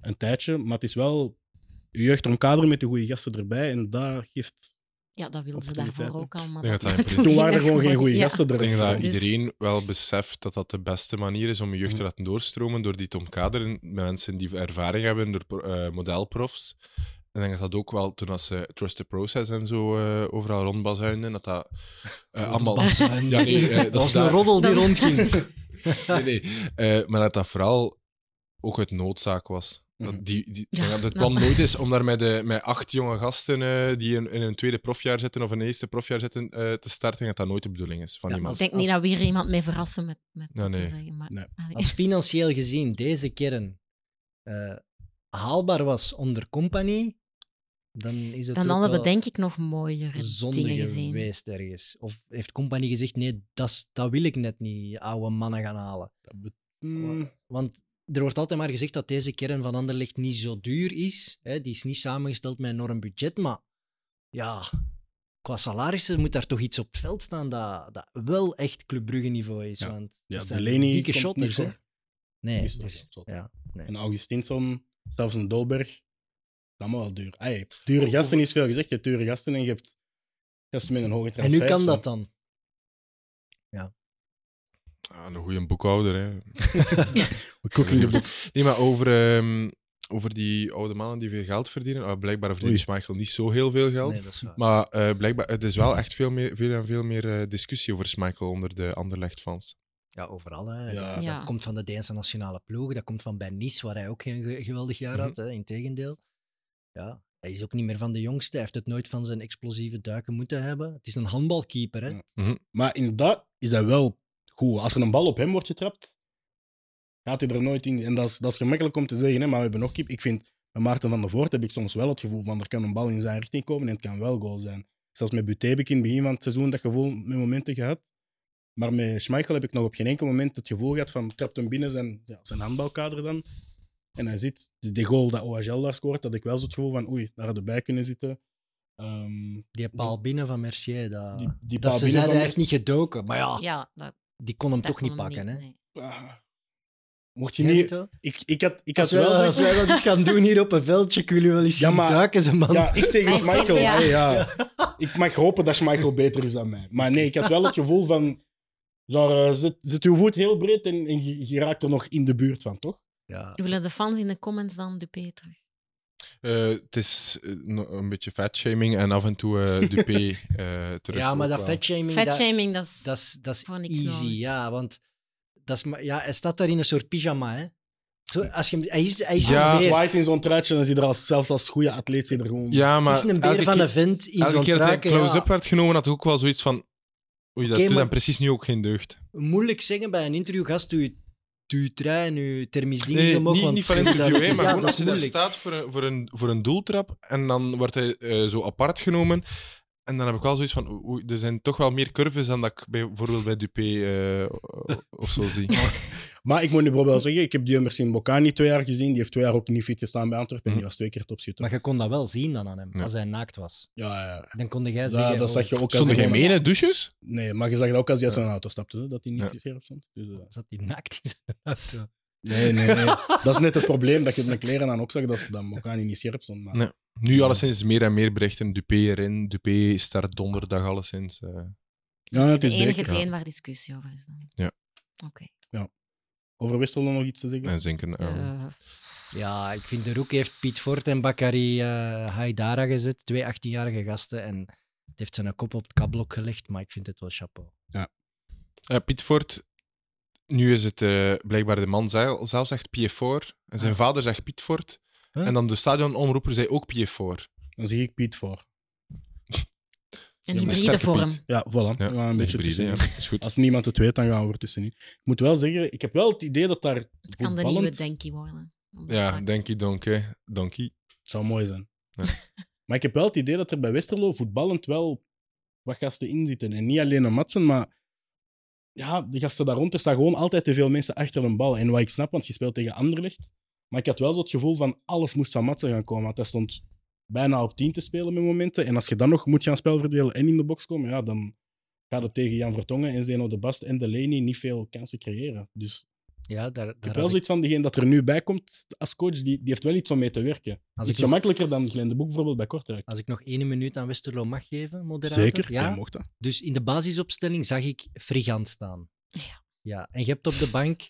een tijdje. Maar het is wel je jeugd omkaderen met de goede gasten erbij. En daar geeft... Ja, dat wilden ze Opportuniteiten. daarvoor ook al. Maar Ik denk dat dat <laughs> in principe- Toen waren er gewoon geen goede Ja. gasten Ik denk erbij. dat Dus- iedereen wel beseft dat dat de beste manier is om je jeugd te laten doorstromen door die te omkaderen met mensen die ervaring hebben, door pro- eh, modelprofs. Ik denk dat dat ook wel, toen dat ze Trust the Process en zo eh, overal rondbazuinden, dat dat eh, allemaal... Rondbazuinen. Ja, nee, eh, <laughs> dat was is een daar- roddel die Dat- rondging. Nee, nee. Eh, maar dat dat vooral ook uit noodzaak was. Mhm. Dat die, die, Ja, dat het nou. plan nooit is om daar met, de, met acht jonge gasten eh, die in, in een tweede profjaar zitten of een eerste profjaar zitten eh, te starten, en dat dat nooit de bedoeling is van Ja, iemand. Ik als- denk als- niet dat we hier iemand mee verrassen met, met Ja, dat nee. te zeggen. Maar, Nee. Allee. Als financieel gezien deze kern eh, haalbaar was onder compagnie, dan is <laughs> het dan ook hadden we wel... denk ik nog mooiere dingen zonde gezien. geweest ergens. Of heeft Company gezegd: nee, dat, is- dat wil ik net niet, oude mannen gaan halen. Hmm, Want er wordt altijd maar gezegd dat deze kern van Anderlecht niet zo duur is. Hè? Die is niet samengesteld met een enorm budget, maar ja, qua salarissen moet daar toch iets op het veld staan dat, dat wel echt Club Brugge niveau is. Ja. Want Ja, dat zijn Delaney dikke komt niet shotters, hè. voor. Die Nee, is dus, dat, zot. ja. En Augustinsson, zelfs een Dolberg, dat is allemaal wel duur. Ay, dure gasten is veel gezegd. Je hebt dure gasten en je hebt gasten met een hoge En transfer. nu kan dat dan. Ah, een goede boekhouder, hè. Cooking the books. Nee, maar over, ehm, over die oude mannen die veel geld verdienen. Ah, blijkbaar verdient Oei. Schmeichel niet zo heel veel geld. Nee, dat is waar. Maar eh, blijkbaar, het is wel echt veel, meer, veel en veel meer eh, discussie over Schmeichel onder de Anderlecht-fans. Ja, overal. Hè. Ja. Dat, Ja. dat komt van de Deense nationale ploeg, dat komt van bij Nice, waar hij ook geen ge- geweldig jaar Mhm. had, hè. integendeel. Ja, hij is ook niet meer van de jongste, hij heeft het nooit van zijn explosieve duiken moeten hebben. Het is een handbalkeeper, hè. Ja. Mhm. Maar inderdaad is dat wel goed. Als er een bal op hem wordt getrapt, gaat hij er nooit in. En dat is, dat is gemakkelijk om te zeggen, hè, maar we hebben nog keep. Ik vind, bij Maarten van der Voort heb ik soms wel het gevoel van er kan een bal in zijn richting komen en het kan wel goal zijn. Zelfs met Buté heb ik in het begin van het seizoen dat gevoel met momenten gehad. Maar met Schmeichel heb ik nog op geen enkel moment het gevoel gehad van trapt hem binnen zijn, ja, zijn handbalkader dan. En hij zit, de- de goal dat OHL daar scoort, dat ik wel zo het gevoel van oei, daar had hij bij kunnen zitten. Ehm, Die paal binnen van Mercier, dat, die, die dat paal ze binnen van zeiden hij Mer- heeft niet gedoken. Maar ja, Ja, dat, die kon hem dat Ah, toch niet kon hem pakken, hè. nee. Ah. Mocht je Jij weet niet. wel? Ik, ik had, ik had Als, wij, wel. als wij dat eens gaan doen hier op een veldje, ik wil jullie wel eens Ja, zien maar- duiken, ze man. Ja, ik tegen Hij Michael. zegt ja. ja. Ik mag hopen dat Michael beter is dan mij. Maar nee, ik had wel het gevoel van. Genre, eh, zet, zet uw voet heel breed en, en je, je raakt er nog in de buurt van, toch? Ja. Willen de fans in de comments dan Dupé terug? Eh, het is eh, no- een beetje fatshaming en af en toe eh, Dupé eh, terug. ja, maar ook dat wel. vetshaming, dat, Fatshaming, dat is... dat is, dat is Voor niks easy. nodig. Ja, want dat is, ma- ja, hij staat daar in een soort pyjama, hè. Zo, als je, hem- hij is, hij is Ja, een beer. White in zo'n truitje, dan zie je er als, zelfs als goede atleet zie je er gewoon. Ja, maar Hij is een beer elke van keer- een vent in Elke zo'n keer dat hij truiken, ja. close-up werd genomen, had ik ook wel zoiets van... Oei, dat Oké, doet maar- hem precies nu ook geen deugd. Moeilijk zeggen bij een interview, gast, doe je, doe je trui en je thermisch ding Nee, zo mogen. niet, want niet van je moet interview, daar- hè, maar ja, gewoon dat als is hij daar moeilijk. staat voor een, voor, een, voor een doeltrap en dan wordt hij eh, zo apart genomen. En dan heb ik wel zoiets van, oei, er zijn toch wel meer curves dan dat ik bij- bijvoorbeeld bij Dupé eh, of zo zie. Maar ik moet nu bijvoorbeeld zeggen, ik heb die Mersin Bocani twee jaar gezien. Die heeft twee jaar ook niet fit gestaan bij Antwerpen. En die was twee keer topschutter. Maar je kon dat wel zien dan aan hem, Ja. als hij naakt was. Ja, ja, ja. Dan kon jij Ja, zeggen... dat oh, zag je ook als Stonden hij geen gewoon- menen douches? Nee, maar je zag dat ook als hij uit Ja. zijn auto stapte, hè, dat hij niet Ja. ja. op stond. Dus, eh, <laughs> Zat hij naakt in zijn auto? Nee, nee, <laughs> nee. dat is net het probleem, dat je met kleren aan ook zag dat, dat Mokani niet scherp stond. Maar... Nee. Nu alleszins meer en meer berichten. Dupé erin, Dupé start donderdag alleszins. eh. Ja, het de is enige beker. teen waar discussie over is dan. Ja. Oké. Over Wissel dan nog iets te zeggen? en zinken. eh. Eh, Ja, ik vind de Roek heeft Piet Fort en Bakari eh Haidara gezet. Twee 18-jarige gasten. En het heeft zijn kop op het kablok gelegd, maar ik vind het wel chapeau. Eh, Piet Fort, nu is het eh, blijkbaar de man zelf, zelf zegt Piefort. En zijn Ah. vader zegt Piet Fort. Huh? En dan de stadionomroeper zei ook Piefort. Dan zie ik Piet voor. een Ja, maar hybride sterke vorm. Piet. Ja, voilà. We gaan een beetje hybride, tussenin. ja. Is goed. Als niemand het weet, dan gaan we er tussenin. Ik moet wel zeggen, ik heb wel het idee dat daar Het kan de voetballend- nieuwe Denkie worden. Om dat Ja, te Denkie Donkey. Donkey. Het zou mooi zijn. Ja. <laughs> maar ik heb wel het idee dat er bij Westerlo voetballend wel wat gasten in zitten. En niet alleen een Matsen, maar ja, de gasten daaronder staan gewoon altijd te veel mensen achter een bal. En wat ik snap, want je speelt tegen Anderlecht. Maar ik had wel zo het gevoel van alles moest van Matsen gaan komen. Want hij stond bijna op 10 te spelen met momenten. En als je dan nog moet gaan spel verdelen en in de box komen, ja, dan gaat het tegen Jan Vertongen en Zeno de Bast en Delaney niet veel kansen creëren. Dus Ja, daar, ik heb wel daar had ik- zoiets van, degene dat er nu bij komt als coach, die, die heeft wel iets om mee te werken. als, Iets ik nog, gemakkelijker dan Glenn de Boek bijvoorbeeld bij Kortrijk. als ik nog één minuut aan Westerlo mag geven, moderator. Ja? mocht dat. Dus in de basisopstelling zag ik Frigant staan. Ja. ja. En je hebt op de bank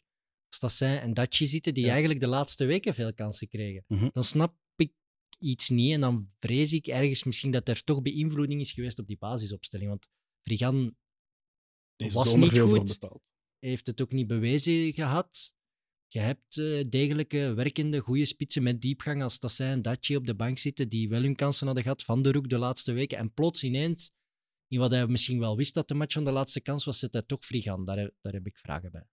Stassin en Daci zitten, die Ja. eigenlijk de laatste weken veel kansen kregen. Mhm. Dan snap ik iets niet en dan vrees ik ergens misschien dat er toch beïnvloeding is geweest op die basisopstelling. Want Frigant Deze Was was niet niet veel goed. voor betaald. heeft het ook niet bewezen gehad. Je hebt eh, degelijke, werkende, goede spitsen met diepgang als Tassin en Daci op de bank zitten, die wel hun kansen hadden gehad van de Roek de laatste weken. En plots ineens, in wat hij misschien wel wist dat de match aan de laatste kans was, zet hij toch Frigan. Daar, heb- daar heb ik vragen bij.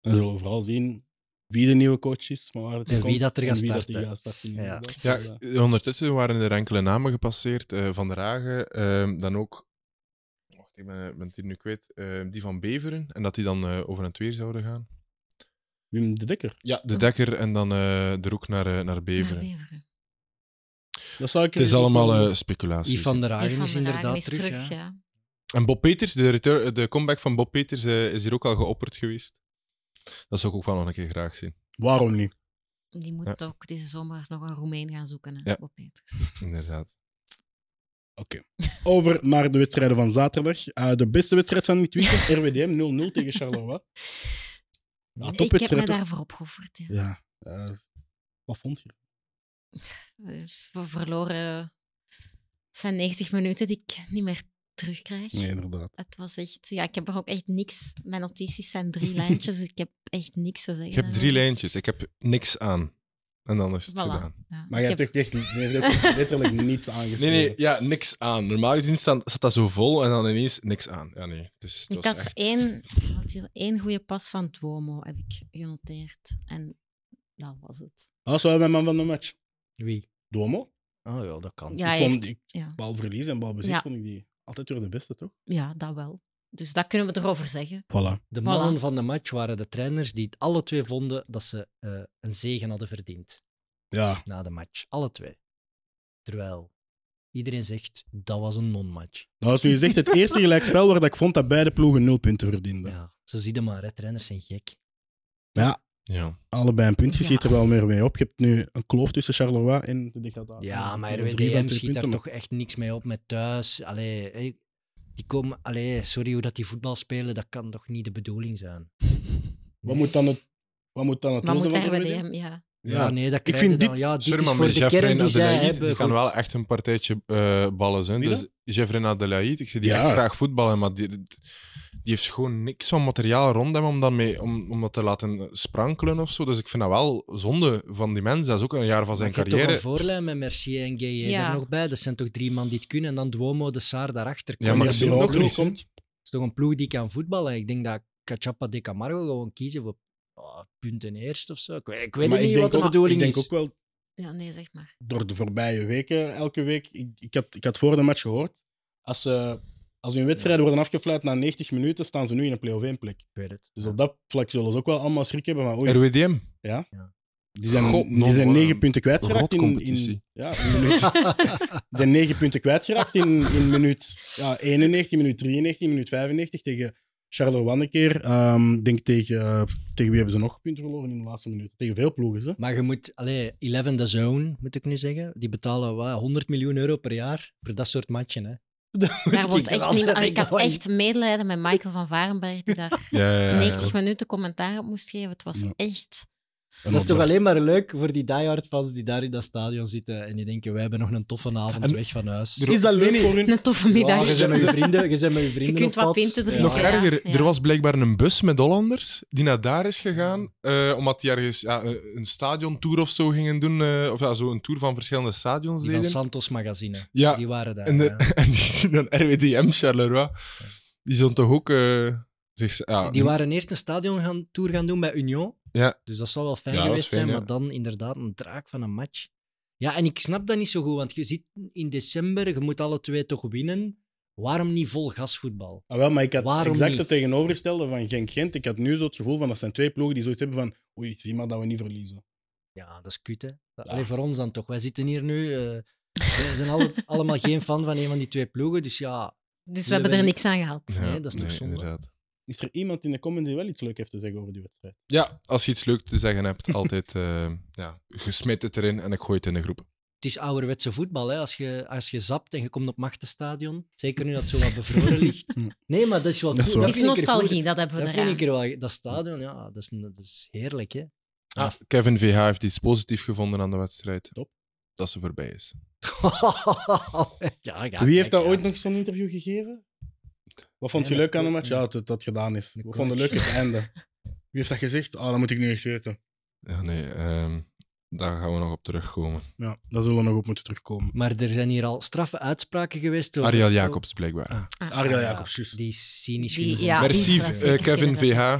Dan zullen we vooral zien wie de nieuwe coach is, maar waar het En wie komt dat er gaat en wie Dat starten. die gaat starten Ja. inderdaad. Ja, Dus, eh, eh, ondertussen waren er enkele namen gepasseerd. eh, van der Hagen, eh, dan ook... Wacht, ehm, ik ben, ben het hier nu kwijt. eh, die van Beveren. En dat die dan eh, over en weer zouden gaan. Wim de Dekker. Ja, de Dekker en dan eh, de roek naar, eh, naar Beveren. Naar Beveren. Dat zou ik Het is allemaal eh, speculatie. Yves van der Hier Hagen van is de Hagen inderdaad is terug. terug, ja. ja. En Bob Peters, de, return- de comeback van Bob Peters eh, is hier ook al geopperd geweest. Dat zou ik ook wel nog een keer graag zien. Waarom niet? Die moet ook deze zomer nog een Roemeen gaan zoeken, hè, Ja. Bob Peters. Inderdaad. Oké. Over naar de wedstrijden van zaterdag. Eh, de beste wedstrijd van dit <laughs> weekend, RWDM 0-0 tegen Charleroi. Ja, ik heb topwedstrijd. mij daarvoor opgeofferd. Ja. Ja. eh, wat vond je? Dus We verloren. Het zijn 90 minuten die ik niet meer terugkrijg. Nee, inderdaad. Het was echt, ja, ik heb er ook echt niks. Mijn notities <laughs> zijn drie lijntjes, dus ik heb echt niks te zeggen. Ik heb drie daarover. lijntjes. Ik heb niks aan. En dan is het Voilà. gedaan. Ja. Maar je Ik hebt ook echt je hebt <laughs> ook letterlijk niets aangeschreven. Nee, nee, ja, niks aan. Normaal gezien staan- staat dat zo vol en dan ineens niks aan. Ja, nee. Dus het ik was had echt- één, ik zal het hier- één goede pas van Duomo heb ik genoteerd. En dat was het. Dat is wel mijn man van de match. Wie? Domo. Oh ja, dat kan. Ja, hij ik vond heeft- die ja. balverlies en balbezit Ja. vond ik die altijd door de beste, toch? ja, dat wel. Dus dat kunnen we erover zeggen. Voilà. De Voilà. mannen van de match waren de trainers die het alle twee vonden dat ze eh, een zegen hadden verdiend Ja. na de match. Alle twee. Terwijl iedereen zegt dat was een non-match. Nou, als nu je zegt, het <laughs> eerste gelijkspel waar dat ik vond dat beide ploegen nul punten verdienden. Ja. Ja, zo zie je maar, hè. trainers zijn gek. Ja. Allebei een puntje Ja. ziet er wel meer mee op. Je hebt nu een kloof tussen Charleroi en de degradatie. Ja, maar Drie van RWDM twee schiet daar punten, toch echt niks mee op met thuis. Allee, hé, die komen, allee, sorry hoe dat die voetbal spelen, dat kan toch niet de bedoeling zijn? maar Wat moet dan het... Wat moet dan het Maar doel moet zijn van RWDM? RWDM, ja. Ja. Ja, nee, dat krijg vind je dan. dit- Ja, dit Sorry, is maar voor met de kern Jeffrey die zij Adelaide, hebben. die gaan goed. wel echt een partijtje eh, ballen zijn. Wie Dus Jeffrey Adelaide, ik zie die Ja. echt graag voetballen, maar die, die heeft gewoon niks van materiaal rond hem om dat, mee, om, om dat te laten sprankelen of zo. Dus ik vind dat wel zonde van die mensen. Dat is ook een jaar van zijn Maar je hebt carrière. toch een voorlijn met Mercier en Gaye Ja. er nog bij. Dat zijn toch drie man die het kunnen. En dan Duomo, de Saar daarachter. Ja, Kom maar je Wanneer ze op- Bilal nog niet, doorkomt, Het is toch een ploeg die kan voetballen. Ik denk dat Cachapa de Camargo gewoon kiezen voor oh, punten eerst of zo. Ik weet, ik weet maar niet ik wat de denk ook- bedoeling Ik denk is. ook wel Ja, nee, <laughs> zeg maar. door de voorbije weken, elke week. Ik, ik, had, ik had voor de match gehoord. Als, ze, als hun wedstrijden worden afgefluit na 90 minuten, staan ze nu in een play-off 1 plek. Ik weet het. Dus Ja. op dat vlak zullen ze ook wel allemaal schrik hebben. Maar oei, RWDM. die zijn, God, die nog zijn eh, wel negen een punten kwijtgeraakt in, in, rotcompetitie. ja, in minuut. die zijn negen punten kwijtgeraakt in, in minuut ja, 91, minuut 93, minuut 95 tegen Charleroi een keer. Ehm, ik denk tegen, eh, tegen wie hebben ze nog punten verloren in de laatste minuut? Tegen veel ploegen, ze. Maar je moet, allee, 11 de Zone, moet ik nu zeggen. Die betalen wat, 100 miljoen euro per jaar voor dat soort matchen. Hè. <laughs> Daar wordt ik echt wel niet... zeggen, Ik had man. echt medelijden met Michael van Varenberg, die daar Ja, ja, ja, ja. 90 minuten commentaar op moest geven. Het was Ja. echt... Dat is toch alleen maar leuk voor die diehard fans die daar in dat stadion zitten en die denken, wij hebben nog een toffe avond En- weg van huis. Is dat leuk voor hun? Een toffe Ja, middag. je bent met je vrienden, je bent met je je vrienden kunt op wat pad. pinten drinken. Nog ja, erger, ja. er was blijkbaar een bus met Hollanders die naar daar is gegaan, eh, omdat die ergens ja, een een stadiontour of zo gingen doen, eh, of ja, zo een tour van verschillende stadions Die van deden. Santos magazine. ja, Die waren daar. en, de- ja. en die zien dan RWDM Charleroi. Die zullen toch ook eh, zich... Ja, Die waren eerst een stadiontour gaan doen bij Union. Ja. Dus dat zou wel fijn Ja, dat geweest was fijn, zijn, ja. maar dan inderdaad een draak van een match. Ja, en ik snap dat niet zo goed, want je zit in december, je moet alle twee toch winnen. Waarom niet vol gasvoetbal? Ah, wel, maar ik had Waarom exact niet? het tegenovergestelde van Genk-Gent. Ik had nu zo het gevoel van dat zijn twee ploegen die zoiets hebben van oei, zie maar dat we niet verliezen. Ja, dat is kut, hè. Allee, voor ons dan toch. Wij zitten hier nu... eh, we zijn alle- <laughs> allemaal geen fan van een van die twee ploegen, dus ja... <laughs> Dus we hebben er niks aan gehad. ja, nee, dat is toch zonde. Inderdaad. Is er iemand in de comments die wel iets leuk heeft te zeggen over die wedstrijd? Ja, als je iets leuk te zeggen hebt, altijd eh <laughs> ja, gesmet het erin en ik gooi het in de groep. Het is ouderwetse voetbal, hè. Als je, als je zapt en je komt op Machtenstadion, zeker nu dat het zo wat bevroren ligt. Hm. Nee, maar dat is wel Dat is cool. waar. Het is vind ik er goed. nostalgie, dat hebben we Dat eraan. vind ik er wel... Dat stadion, ja, dat is, dat is heerlijk, hè. <laughs> Ah, Kevin VH heeft iets positiefs gevonden aan de wedstrijd. Top. Dat ze voorbij is. ja, ja, Wie heeft daar ja, ooit ja. nog zo'n interview gegeven? Wat vond Ja, je leuk dat aan de match? klopt, ja. Ja, dat dat gedaan is. De Wat vond je coach. leuk het einde? Wie heeft dat gezegd? Ah, dat moet ik nu echt weten. Ja, nee, ehm, daar gaan we nog op terugkomen. Ja, daar zullen we nog op moeten terugkomen. Maar er zijn hier al straffe uitspraken geweest. over- Ariel Jacobs, blijkbaar. Ah, Ariel Ah, ja. Jacobs, juist. Die is cynisch Die- genoeg. ja. om- Merci, die is wel eh, zeker Kevin kunnen VH.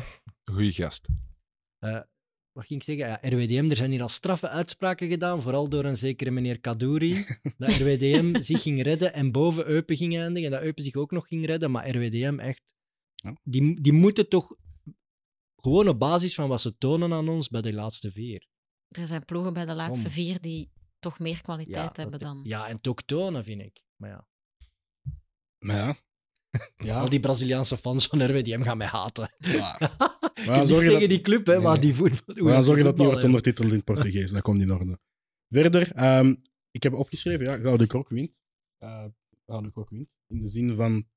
Goeie gast. Wat ging ik zeggen? Ja, RWDM, er zijn hier al straffe uitspraken gedaan, vooral door een zekere <laughs> meneer Kadouri. dat RWDM zich ging redden en boven Eupen ging eindigen. En dat Eupen zich ook nog ging redden, maar RWDM echt... Ja. Die, die moeten toch Gewoon op basis van wat ze tonen aan ons bij de laatste vier. Er zijn ploegen bij de laatste Kom. vier die toch meer kwaliteit hebben dat- dan. Ja, en het ook tonen, vind ik. Maar ja, Maar <laughs> ja. Ja, al die Braziliaanse fans van RWDM gaan mij haten. maar- maar Ik heb zorg niks je tegen dat- die club, hè, Nee, maar nee. die voetbal... hoe Maar zorg je dat het niet voetballen, wordt ondertiteld in het Portugees. Dat komt niet in orde. Verder, ehm, ik heb opgeschreven, ja, Gouden Krok wint. Eh Gouden Krok wint. In de zin van,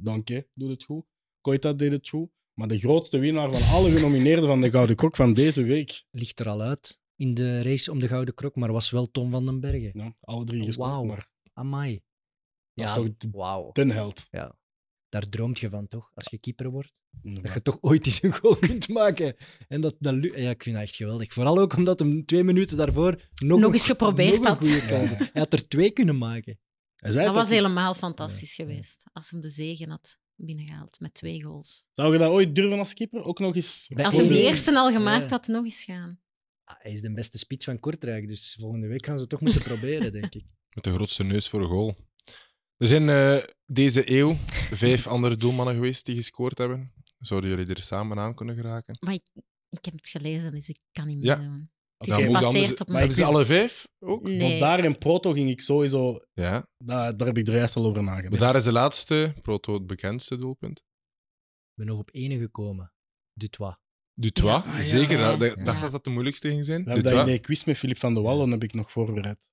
Danke doet het goed. Koita deed het goed. Maar de grootste winnaar van alle genomineerden van de Gouden Krok van deze week. ligt er al uit in de race om de Gouden Krok, maar was wel Tom van den Bergen. Ja, alle drie gescoord, Wauw. maar Amai. dat Ja, is toch de- wauw. ten held. Daar droomt je van, toch? Als je keeper wordt. Dat je toch ooit eens een goal kunt maken. En dat, dat lu- ja, ik vind dat echt geweldig. Vooral ook omdat hem twee minuten daarvoor nog, Nog een- eens geprobeerd nog een had. goeie Ja. <laughs> kans. Hij had er twee kunnen maken. Hij zei Dat het was ook niet. helemaal fantastisch geweest. Als hem de zegen had binnengehaald met twee goals. Zou je dat ooit durven als keeper? Ook nog eens... Bij Als hem hem Voor de- die eerste al gemaakt Ja. had, nog eens gaan. Ah, hij is de beste spits van Kortrijk, dus volgende week gaan ze het toch moeten proberen, denk ik. Met de grootste neus voor een goal. Er zijn eh, deze eeuw vijf andere doelmannen geweest die gescoord hebben. Zouden jullie er samen aan kunnen geraken? Maar ik, ik heb het gelezen, dus ik kan niet meer Ja. doen. Het Dan is moet moet- anders- gepasseerd op maar mij. Hebben ze alle vijf ook? Want Nee. daar in Proto ging ik sowieso... Ja. Daar, daar heb ik er juist al over Maar nagedacht. daar is de laatste, Proto, het bekendste doelpunt. Ik ben nog op ene gekomen. Dutois. Dutois, Ja. Ah, ja. zeker. dat- dat- Ja. dacht dat dat de moeilijkste ging zijn. We hebben Dutois. dat in de quiz met Filip van der Wallen heb ik nog voorbereid.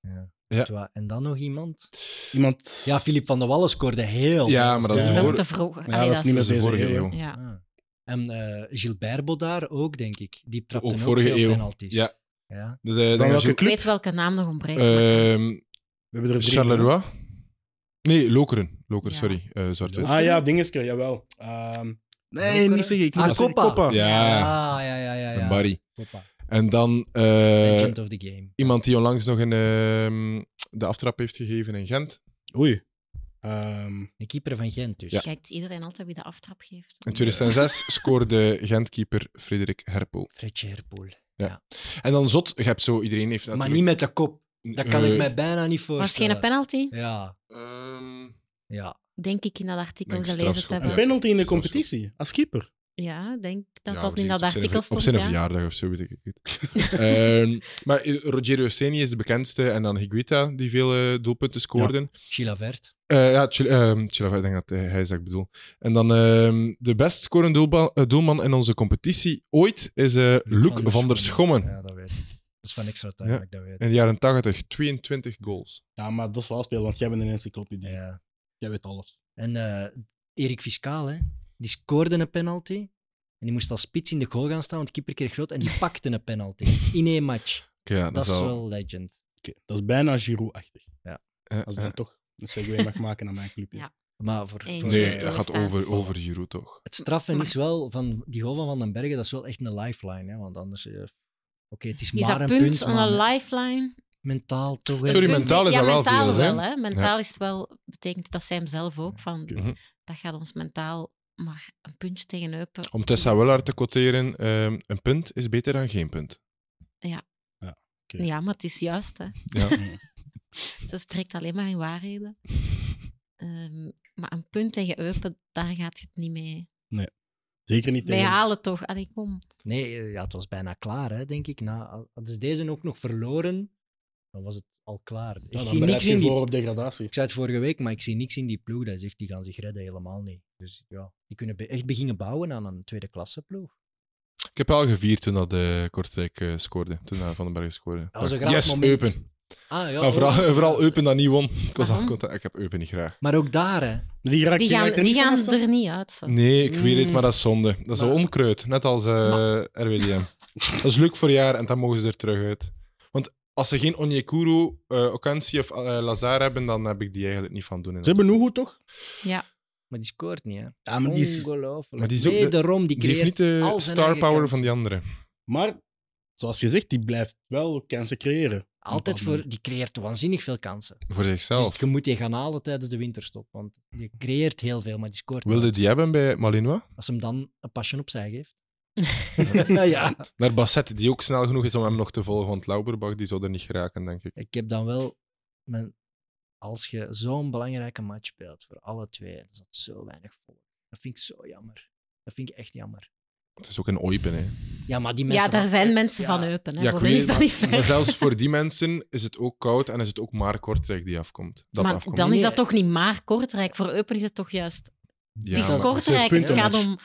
Dutois. En dan nog iemand. Iemand... Ja, Filip van der Wallen scoorde heel Ja, veel. maar dat is Ja. Dat is voor- te vroeg. Ja, Allee, dat is niet Dat meer is de deze vorige eeuw. eeuw. Ja. Ah. En eh, Gilbert Bodaar ook, denk ik. Die trapte ook, Ook vorige veel eeuw. penalties. Ja. Ja. Dus, eh, Van dan welke je, Ik club? weet welke naam nog ontbreekt. maar- ehm, We hebben er drie. Charleroi? Nee, Lokeren. Lokeren, Ja. sorry. eh zwart Ah ja, dingeske, jawel. Ehm, nee, Lokeren? niet zeggen. Ik Ah, moet zeggen, Coppa. Ja, Ah, ja, ja, ja. ja. een Barry. Hoppa. En dan eh, Legend of the game. iemand die onlangs nog een, ehm, de aftrap heeft gegeven in Gent. Oei. Ehm, Een keeper van Gent dus. Kijkt iedereen altijd wie de aftrap geeft. In 2006 scoorde Gent-keeper Frederik Herpel. Fredje Herpoel. En dan zot, je hebt zo, iedereen heeft Maar natuurlijk... niet met de kop. Dat kan ik eh, mij bijna niet Was het voorstellen. geen een penalty? Ja, ehm, ja. Denk ik in dat artikel Denk gelezen strafschop, te ja. een hebben. penalty in de Zo, zo. competitie, als keeper. Ja, denk dat ja, dat in precies, dat op zijn ver- artikel stond. Op zijn ja. verjaardag of zo, weet ik het. <laughs> Ehm, maar eh, Rogerio Seni is de bekendste. En dan Higuita, die veel eh, doelpunten scoorden. Chilavert. Eh, ja, Chil- ehm, Chilava, ik denk dat hij hij is dat ik bedoel. En dan ehm, de best scorende doelba- eh, doelman in onze competitie ooit is eh Luc van, der Schommen. Ja, dat weet ik. Dat is van extra time, Ja. dat ik dat weet. In de jaren 80, 22 goals. Ja, maar dat is wel speel, want jij bent een encyclopedie. Ja. Jij weet alles. En eh, Erik Fiscaal, hè. Die scoorde een penalty. En die moest als spits in de goal gaan staan, want de keeper kreeg groot. En <laughs> die pakte een penalty. In één match. Oké, ja, Dat, dat, is wel legend. Oké, Dat is bijna Giroud-achtig. eh, Als eh, ik dan toch een segue mag maken naar mijn clubje. Ja. Maar voor, Eens. voor- nee, Zo dat gaat staan. over, over Giroud toch? het straffen Maar- is wel van die goal van Van den Bergen, dat is wel echt een lifeline. Hè, want anders... eh, Oké, het is, Is maar dat een punt, punt, aan maar een lifeline? mentaal toch... hè. Sorry, Punt- mentaal is ja, dat wel mentaal veel, hè? wel, hè. Mentaal is het wel, betekent dat zij hem zelf ook, van Mhm. dat gaat ons mentaal maar een puntje tegen heupen. Om Tessa Wellaert te quoteren, ehm, een punt is beter dan geen punt. Ja. Ja, maar het is juist, hè. Ja. Ze spreekt alleen maar in <laughs> waarheden. Ehm, maar een punt tegen Eupen, daar gaat je het niet mee. Zeker niet Wij tegen... halen toch. Allee, kom. Nee, eh, ja, het was bijna klaar, hè, denk ik. Na, hadden ze deze ook nog verloren, dan was het al klaar. Ja, ik, dan zie niks bereid je in die, voor op degradatie. ik zei het vorige week, maar ik zie niks in die ploeg. Dat zegt, die gaan zich redden helemaal niet. Dus ja, die kunnen be- echt beginnen bouwen aan een tweede klasse ploeg. Ik heb al gevierd toen dat eh Kortrijk eh, scoorde, toen eh, Van den Berg scoorde. Dat was een Dacht, graag yes, moment. Eupen. Ah, ja, Ja, vooral, oh. vooral Eupen dat niet won. Ik, was Waarom? al content. ik heb Eupen niet graag. Maar ook daar, hè. Die, raakt, Die gaan, raakt er die niet gaan vanaf, hè? er niet uit. Zo. Nee, ik weet het, Mm. maar dat is zonde. Dat is Maar- al onkruid, net als eh, RWDM. dat is leuk voor jaar en dan mogen ze er terug uit. Want als ze geen Onyekuru, eh Okansi of eh, Lazar hebben, dan heb ik die eigenlijk niet van doen. in Ze hebben Nuhu toch? Maar die scoort niet, hè. Ja, Oh, Ongelooflijk. maar die is ook- Wederom, die Die heeft creëert... niet de al zijn star eigen power kans. van die anderen. Maar, zoals gezegd, die blijft wel kansen creëren. Altijd Oh, voor, die creëert waanzinnig veel kansen. Voor Dus zichzelf. je moet die gaan halen tijdens de winterstop. Want die creëert heel veel, maar die scoort Wilde niet. die hebben bij Malinois? Als hem dan een pasje opzij geeft. <laughs> ja, Naar Bassett, die ook snel genoeg is om hem nog te volgen. Want Lauberbach, die zou er niet geraken, denk ik. ik heb dan wel... Mijn, als je zo'n belangrijke match speelt voor alle twee, dan is dat zo weinig volk. Dat vind ik zo jammer. Dat vind ik echt jammer. Het is ook een oipen, <laughs> hè. Ja, maar die mensen... Ja, daar zijn mensen ja. van Eupen. Hè. Ja, ik Voor weet hen is het, dat niet fair. Maar zelfs voor die mensen is het ook koud en is het ook maar Kortrijk die afkomt. Dat maar afkomt. dan Nee, is nee. dat toch niet maar Kortrijk. Voor Eupen is het toch juist... Ja, het is maar- kort. Kortrijk, zes het punten gaat match. om...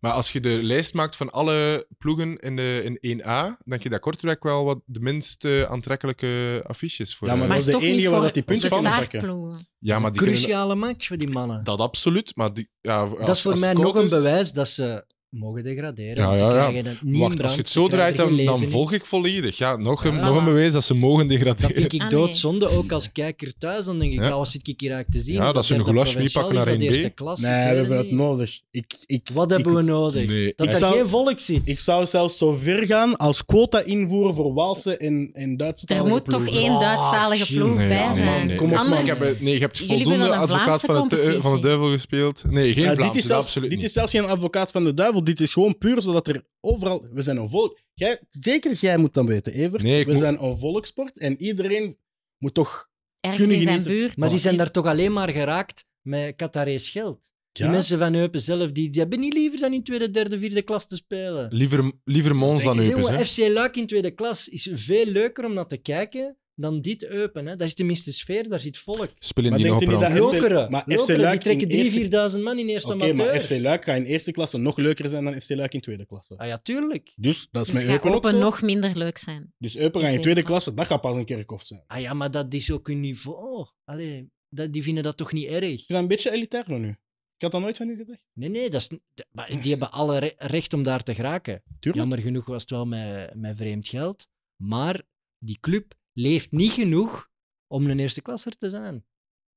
Maar als je de lijst maakt van alle ploegen in, de, in 1A, denk je dat Kortrijk wel wat de minst eh, aantrekkelijke affiches voor Ja, maar eh, Maar dat is de toch niet enige waar voor dat die punten de van pakken. staartploegen. ja, maar die kunnen- Cruciale match voor die mannen. Dat absoluut, maar die, ja, als- dat is voor als mij het koud nog een is- bewijs dat ze mogen degraderen. Ja, want ze ja, ja. krijgen het niet in Wacht, brand, als je het ze zo krijgen draait, er dan, geen dan leven in. volg ik volledig. Ja, nog, een, Ja. nog een bewijs dat ze mogen Dat degraderen. vind Ah, ik nee. doodzonde, ook als kijker thuis. Dan denk ik, Ja. ja, wat zit ik hier eigenlijk te zien? Ja, dat dat ze een derde goulash provinciaal, meepakken is naar dat 1B? eerste klasse? Nee, Ik we weet hebben het het niet. nodig. Ik, ik, Wat hebben ik- we nodig? Nee, Dat ik daar zou- geen volk zit. Ik zou zelfs zo ver gaan als quota invoeren voor Waalse en, en Duitse Er moet toch één Ah, Duitsstalige Gilles. ploeg Nee, bij man, zijn. nee. Kom op, man. Ik Anders, heb, eh, nee, je hebt Jullie willen voldoende een advocaat Vlaamse van, het, eh, van de competitie. duivel gespeeld. Nee, geen Ja, Eh, dit, Vlaamse, is dat zelfs, absoluut dit niet. is zelfs geen advocaat van de duivel. Dit is gewoon puur zodat er overal. We zijn een volk. Jij, zeker jij moet dan weten, Evert. Nee, ik we moet- zijn een volksport en iedereen moet toch. ergens kunnen in zijn genieten. buurt. Maar die zijn daar toch alleen maar geraakt met Qatarees geld. Ja. Die mensen van Eupen zelf, die, die hebben niet liever dan in tweede, derde, vierde klas te spelen. Liever, liever Mons dan Zeg, Eupes. jongen, hè. FC Luik in tweede klas is veel leuker om naar te kijken dan dit Eupen. Hè. Daar is tenminste sfeer, daar zit volk. Spelen Maar die nog denkt op u niet rang? dat- FC Lokeren, maar FC Luik Lokeren, die in trekken drie, eerste- vierduizend man in eerste Oké, amateur. maar FC Luik gaat in eerste klasse nog leuker zijn dan FC Luik in tweede klasse. Ah ja, tuurlijk. Dus dat is Dus met gaat Eupen ook open zo. nog minder leuk zijn. Dus Eupen gaat in tweede klasse, dat gaat pas een kerkhof zijn. Ah ja, maar dat is ook hun niveau. Allee, dat, die vinden dat toch niet erg? Ik ben een beetje elitair van u. Ik had dat nooit van u gedacht. Nee, nee, dat is, niet- dat- maar die hebben alle re- recht om daar te geraken. Tuurlijk. Jammer genoeg was het wel met, met vreemd geld. Maar die club leeft niet genoeg om een eerste klasser te zijn.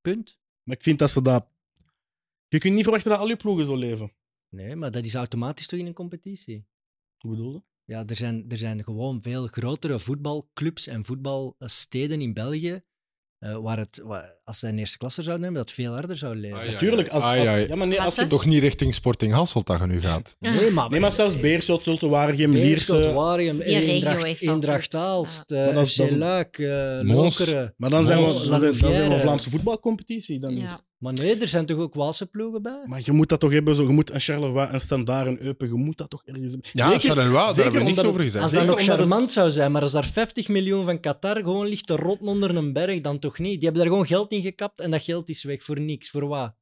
Punt. Maar ik vind dat ze dat. Je kunt niet verwachten dat al je ploegen zo leven. Nee, maar dat is automatisch toch in een competitie? Hoe bedoel je? Ja, er zijn, er zijn gewoon veel grotere voetbalclubs en voetbalsteden in België eh, waar het, waar- als zij een eerste klasse zouden hebben, dat veel harder zou leven. Ah, ja. Tuurlijk. Als, Ai, als- ai. ja, maar nee, Wat, als je hè? Toch niet richting Sporting Hasselt dat je nu gaat. Nee, maar, Eh, Nee, maar zelfs Beerschot, Zulte, Waregem, Beerschot, Lierse. Waregem, Die regio Eendracht, heeft wel Eendracht clubs, Aalst, eh, Maar dat is- FC dat is- Luik, eh, Mons. Lokeren. Maar dan zijn, we, Mons, dan, zijn, dan zijn we een Langevière. Vlaamse voetbalcompetitie. Dan niet. Ja. Maar nee, er zijn toch ook Waalse ploegen bij? Maar je moet dat toch hebben, zo, je moet een Charleroi, een Standaard, een Eupen, je moet dat toch ergens hebben. Ja, Zeker- Charleroi, daar zeker hebben we niks omdat over het- gezegd. Als dat zeker omdat nog het- charmant zou zijn, maar als daar 50 miljoen van Qatar gewoon ligt te rotten onder een berg, dan toch niet. Die hebben daar gewoon geld in gekapt en dat geld is weg voor niks. Voor wat?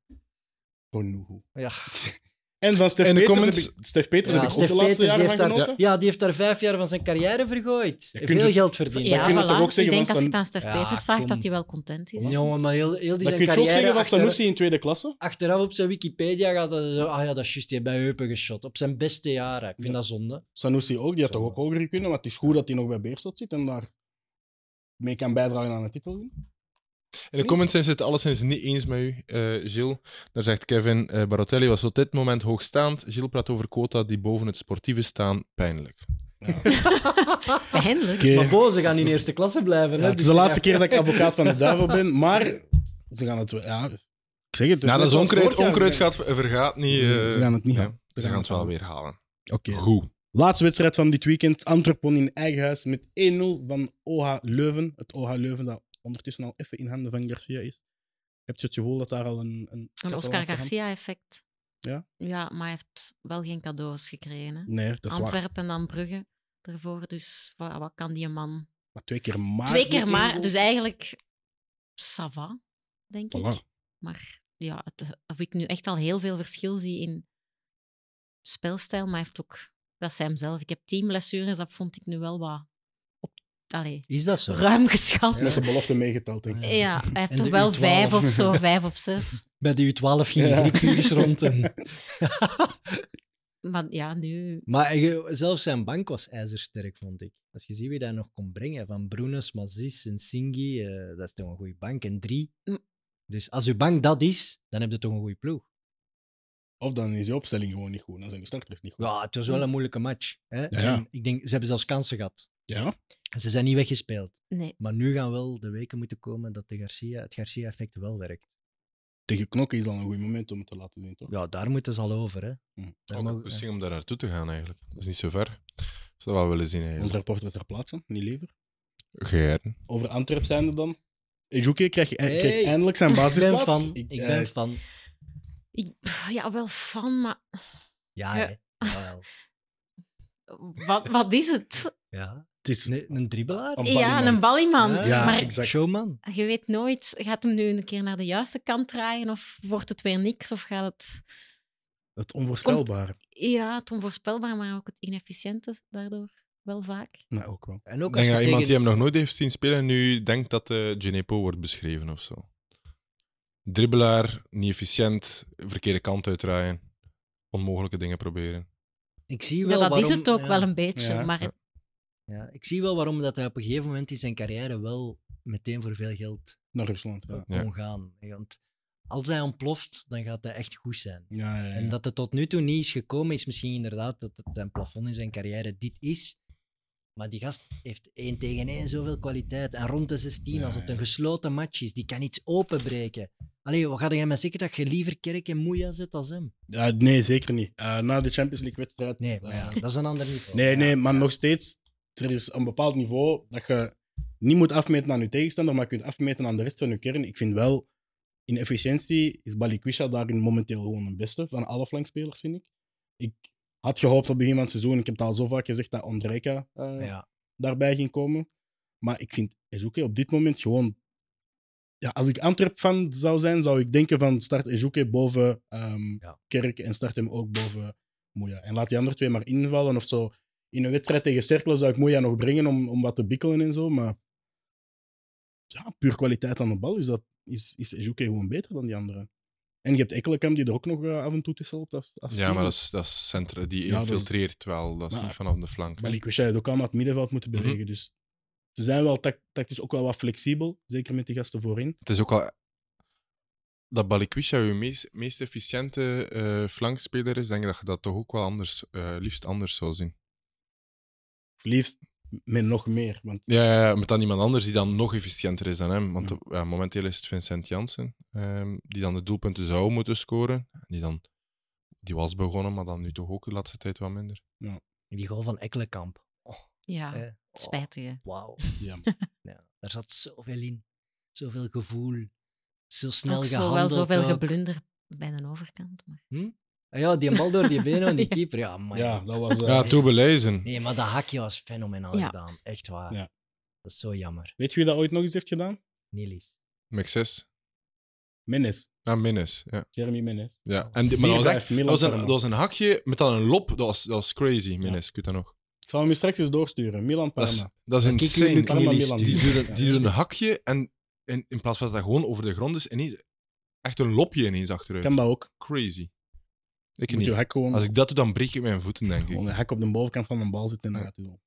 Konoe. Ja, En van Stef En de Peters, comments- heb ik, Stef Peters Ja, heb ik Stef ook de laatste Peters, die jaren heeft van daar- genoten. ja die heeft daar vijf jaar van zijn carrière vergooid. Ja, kun Veel je- geld verdiend. Ja, kunnen toch voilà. ook zeggen ik denk van als je San- het aan Stef Ja, Peters vraagt, kom. dat hij wel content is. Jongen, maar heel, heel die Dat zijn kun je ook carrière zeggen van achter- Sanusi in tweede klasse. achteraf op zijn Wikipedia gaat dat zo, ah ja, dat is juist, die heeft bij Eupen geschot. Op zijn beste jaren. Ik vind Ja. dat zonde. Sanusi ook, die had Zo. toch ook hoger kunnen, maar het is goed dat hij nog bij Beerschot zit en daar mee kan bijdragen aan een titel. In de comments zijn ze het alleszins niet eens met u, eh Gilles. Daar zegt Kevin, eh, Barotelli was op dit moment hoogstaand. Gilles praat over quota die boven het sportieve staan. Pijnlijk. Pijnlijk. Maar boze gaan in eerste klasse blijven. Ja, hè? het is Dus de laatste ja. keer dat ik advocaat van de duivel ben, maar ze gaan het wel. Ja, ik zeg het. het nou, net dat zoals is onkruid. vorig jaar. Onkruid gaat, vergaat niet. eh, Ze gaan het niet ja, halen. Ze gaan het wel weer halen. Oké. Goed. Laatste wedstrijd van dit weekend. Antwerpen in eigen huis met 1-0 van OH Leuven. Het OH Leuven dat ondertussen al even in handen van Garcia is. Heb je het gevoel dat daar al een... Een, Een Catalaanse Oscar hand- Garcia-effect. Ja? Ja, maar hij heeft wel geen cadeaus gekregen. hè. Nee, dat is waar. Antwerpen en dan Brugge ervoor. Dus wat, wat kan die man? Maar twee keer maar. Twee keer met één maar. goal. Dus eigenlijk, ça va, denk Voilà. ik. Maar ja, het, of ik nu echt al heel veel verschil zie in spelstijl, maar hij heeft ook... Dat zei hem zelf. Ik heb tien blessures, dat vond ik nu wel wat... Op, allee, Is dat zo? ruim geschat. Met de belofte meegeteld, denk ik. Ja. <laughs> Ja, hij En heeft er de wel U12. vijf of <laughs> zo, vijf of zes. Bij de U12 ging Ja. ja. virus <laughs> rond. En... Maar ja, nu... maar je- zelfs zijn bank was ijzersterk, vond ik. Als je ziet wie daar nog kon brengen, van Brunes, Mazis en Singi, eh, dat is toch een goede bank. En drie. Mm. Dus als uw bank dat is, dan heb je toch een goede ploeg. Of dan is je opstelling gewoon niet goed. Dan zijn de starters niet goed. Ja, het Mm. was wel een moeilijke match. Hè? En ik denk, ze hebben zelfs kansen gehad. Ja. En ze zijn niet weggespeeld. Nee. Maar nu gaan wel de weken moeten komen dat de Garcia, het Garcia-effect wel werkt. Tegen knokken is al een goed moment om het te laten zien, toch? Ja, daar moeten ze al over. Hè? Hm. Daar Ook een mogen- goesting om daar naartoe te gaan eigenlijk. Dat is niet zo ver. Ik zou dat wel willen zien Ons eigenlijk. rapport wordt ter plaatse, niet liever. Geëren. Over Antwerp zijn er dan. Ejuke krijgt Hey. krijgt e- eindelijk zijn Ik ben basisplaats. van. Ik eh, ben van. Ik, ja, wel fan, maar Ja. Ja, hè. Jawel. Wat, wat is het? Ja. Het is Nee, een dribbelaar? Een ja, balieman. een balieman. Ja, Ja, maar exact. Showman. je weet nooit, gaat hem nu een keer naar de juiste kant draaien of wordt het weer niks? Of gaat het... het onvoorspelbare. Ja, het onvoorspelbaar, maar ook het inefficiënte daardoor wel vaak. Nou, ook wel. En ook als denk je dat iemand tegen... die hem nog nooit heeft zien spelen nu denkt dat de Genepo wordt beschreven of zo. Dribbelaar, niet efficiënt, verkeerde kant uitdraaien, onmogelijke dingen proberen. Ik zie Ja, wel dat waarom... is het ook ja. wel een beetje. Ja. Maar Ja. Ja, ik zie wel waarom dat hij op een gegeven moment in zijn carrière wel meteen voor veel geld Naar Rusland. Ja. Ja. kon gaan. Want als hij ontploft, dan gaat hij echt goed zijn. Ja, ja, ja. En dat het tot nu toe niet is gekomen, is misschien inderdaad dat het zijn plafond in zijn carrière dit is. Maar die gast heeft één tegen één zoveel kwaliteit. En rond de 16, Ja, als het ja. een gesloten match is, die kan iets openbreken. Allee, wat ga jij mij zeker dat je liever Kerk en Moeja zet als hem? Ja, nee, zeker niet. Eh, na de Champions League-wedstrijd. Nee, maar ja, eh, dat is een ander niveau. nee, Ja. nee, maar nog steeds. Er is een bepaald niveau dat je niet moet afmeten aan je tegenstander, maar je kunt afmeten aan de rest van je kern. Ik vind wel, in efficiëntie is Balikwisha daarin momenteel gewoon de beste van alle flankspelers, vind ik. Ik had gehoopt op het begin van het seizoen, ik heb het al zo vaak gezegd, dat Ondrejka eh, Ja. daarbij ging komen. Maar ik vind Ezoke op dit moment gewoon... Ja, als ik Antwerp fan zou zijn, zou ik denken van start Ezoke boven ehm, Ja. Kerk en start hem ook boven Moeja. En laat die andere twee maar invallen of zo. In een wedstrijd tegen Cercle zou ik Moeja nog brengen om, om wat te bikkelen en zo, maar... Ja, puur kwaliteit aan de bal is, dat, is, is Ezoke gewoon beter dan die andere. En je hebt Ekkelenkamp die er ook nog eh, af en toe tussen loopt. Als, als Ja, maar dat is, dat is centra, die Ja, dat is- infiltreert wel, dat is Maar- niet vanaf de flank. maar ik wist dat je het ook allemaal het middenveld moeten Mhm. bewegen. Dus ze zijn wel tac- tactisch ook wel wat flexibel. Zeker met die gasten voorin. Het is ook al dat Balikwisha je meest, meest efficiënte eh, flankspeler is, denk ik dat je dat toch ook wel anders, eh, liefst anders zou zien. Of liefst met nog meer. Want Ja, ja, ja, met dan iemand anders die dan nog efficiënter is dan hem. Want Ja. op- ja, momenteel is het Vincent Janssen, ehm, die dan de doelpunten zou moeten scoren. Die, dan, die was begonnen, maar dan nu toch ook de laatste tijd wat minder. Die goal van Ekkelenkamp. Oh, ja, eh, oh, Ah, spijt je. Wauw. ja, Ja, daar zat zoveel in. Zoveel gevoel. Zo snel Ook zo wel gehandeld zoveel ook. geblunder bij de overkant. Maar... Ah Ja, die <laughs> bal door die benen en die Ja. keeper. Ja, man. ja dat was... eh, Ja, toe belezen. Nee, maar dat hakje was fenomenaal Ja. gedaan. Echt waar. Ja. Dat is zo jammer. Weet je wie dat ooit nog eens heeft gedaan? Nilis. Met zes. Menes. Ah, minus. Ja. Jeremy Menes. ja. En die- maar dat was, echt, dat, was een, dat was een hakje met dan een lop. Dat was, dat was crazy, minus. Ik weet dat nog. Ik zal hem je straks eens doorsturen. Milan Dat is, Parma. dat is Maar kijk, jullie insane. kunnen Parma, Nilis, Milan. Die doen, Ja. die doen een hakje en in, in plaats van dat dat gewoon over de grond is, ineens, echt een lopje ineens achteruit. Kan dat ook. Crazy. Ik Moet je niet. hak gewoon... Als ik dat doe, dan breek ik mijn voeten, denk gewoon ik. een hak op de bovenkant van een bal zitten en dan gaat hij zo.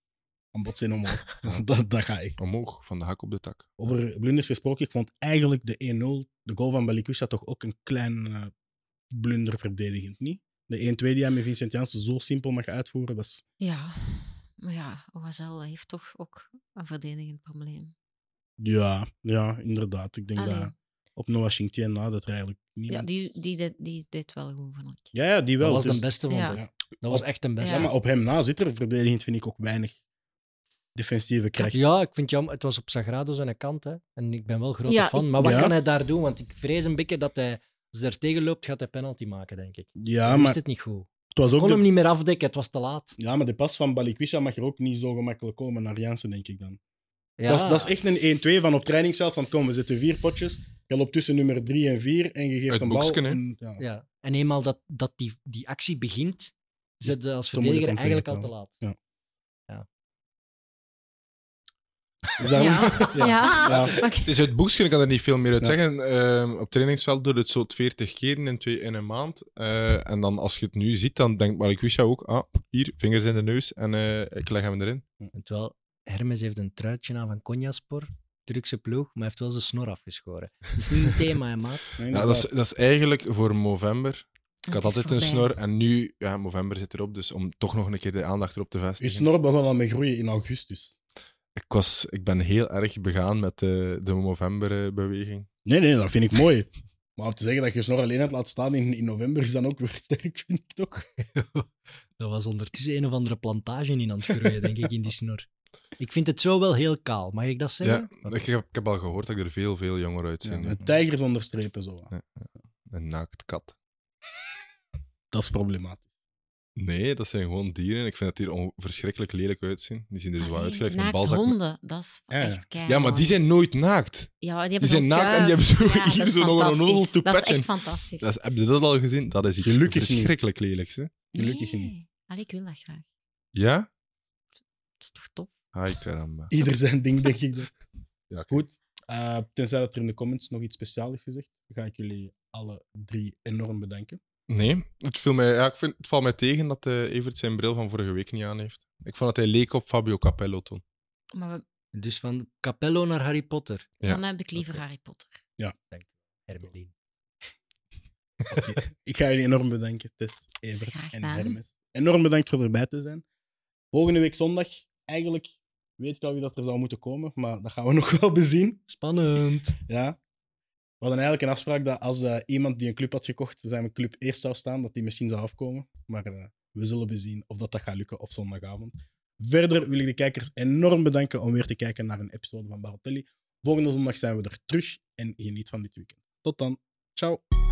Een botsing omhoog. <laughs> dat, dat ga ik. Omhoog, van de hak op de tak. Over blunders gesproken, ik vond eigenlijk de 1-0, de goal van Balikwisha, toch ook een klein eh, blunder verdedigend, niet? De 1-2 die hij met Vincent Janssen zo simpel mag uitvoeren, dat is... Ja, maar ja, OSL heeft toch ook een verdedigend probleem. Ja, ja, inderdaad. Ik denk Allee. dat op Noah Shinktien na dat er eigenlijk Ah, Ja, niemand... die, die, deed- die deed wel goed, vond ik. Ja, ja, die wel. dat was Het de is- beste, vond Ja. ik. Ja. Dat was echt de Ja, beste. Ja. maar op hem na zit er verdedigend, vind ik, ook weinig defensieve kracht. Ja, ik vind het jammer. Het was op Sagrado zijn kant. Hè. En ik ben wel grote Ja, fan. Maar wat Ja. kan hij daar doen? Want ik vrees een beetje dat hij, als hij er tegen loopt, gaat hij penalty maken, denk ik. Ja, Dan maar is het niet goed. het was Ik ook kon de... hem niet meer afdekken. Het was te laat. Ja, maar de pas van Balikwisha mag er ook niet zo gemakkelijk komen naar Jansen, denk ik dan. Ja. Dat, is, dat is echt een 1-2 van op trainingsveld. Van kom, we zitten vier potjes. Je loopt tussen nummer 3 en 4 en je geeft Uit een bal. boeksken, hè? en- ja. Ja. En eenmaal dat, dat die, die actie begint, zit je als te moeilijk verdediger om eigenlijk al tegen te te laat. Dus daarom- <laughs> Ja. Ja. <laughs> Ja. Maar- Het is uit boeksken, ik kan er niet veel meer uit Ja. zeggen. Ehm, op trainingsveld doet het zo'n 40 keren in, twee, in een maand. Eh, en dan als je het nu ziet, dan denkt Balikwisha ook, ah, hier, vingers in de neus en eh, ik leg hem erin. En terwijl Hermes heeft een truitje aan van Konyaspor, Turkse ploeg, maar hij heeft wel zijn snor afgeschoren. Dat is <laughs> niet een thema, hè, maat. Nee, Ja, inderdaad. dat, is, dat is eigenlijk voor Movember. Ik Het had is altijd een voorbij. snor en nu, ja, Movember zit erop, dus om toch nog een keer de aandacht erop te Je vestigen. snor begon al met groeien in augustus. Ik, was, ik ben heel erg begaan met eh, de, eh, de Movember-beweging. Nee, nee, dat vind ik mooi. Maar om te zeggen dat je snor alleen hebt laten staan in, in november is dan ook weer sterk, vind ik toch? Dat was ondertussen een of andere plantage in aan het groeien, denk ik, in die snor. Ik vind het zo wel heel kaal, mag ik dat Ja, zeggen? ik heb, ik heb al gehoord dat ik er veel, veel jonger uitzie. Ja, nu. met tijgers onderstrepen zo. Een naakt kat. <laughs> Dat is problematisch. Nee, dat zijn gewoon dieren. Ik vind dat die er on- verschrikkelijk lelijk uitzien. Die zien er zo Allee, uit, gelijk een naakt balzak. honden, dat is Ja, ja. echt keihard. Ja, maar die zijn nooit naakt. ja, die, hebben zo'n die zijn naakt en die kuif. hebben <laughs> zo, Ja, dat hier is zo nog een fantastisch. ozel toe Dat is patchen. echt fantastisch. Dat is- heb je dat al gezien? Dat is iets Gelukkig niet. verschrikkelijk lelijks, hè? gelukkig niet. Nee. Allee, ik wil dat graag. Ja? Dat is toch top? Ai, caramba. Ieder zijn ding, denk ik. dan. Ja, oké. Goed. eh, tenzij dat er in de comments nog iets speciaals is gezegd, ga ik jullie alle drie enorm bedanken. Nee, het, viel mij, ja, ik vind, het valt mij tegen dat eh, Evert zijn bril van vorige week niet aan heeft. Ik vond dat hij leek op Fabio Capello toen. Maar we- Dus van Capello naar Harry Potter. Ja, dan heb ik liever oké. Harry Potter. Hermeline. Ik ga jullie enorm bedanken, Tess, Evert Graag en gedaan. Hermes. Enorm bedankt voor erbij te zijn. Volgende week zondag, eigenlijk weet ik al wie dat er zou moeten komen, maar dat gaan we <laughs> nog wel bezien. Spannend. Ja. We hadden eigenlijk een afspraak dat als eh, iemand die een club had gekocht, zijn club eerst zou staan, dat die misschien zou afkomen. Maar eh, we zullen bezien of dat, dat gaat lukken op zondagavond. Verder wil ik de kijkers enorm bedanken om weer te kijken naar een episode van Barotelli. Volgende zondag zijn we er terug en geniet van dit weekend. Tot dan. Ciao.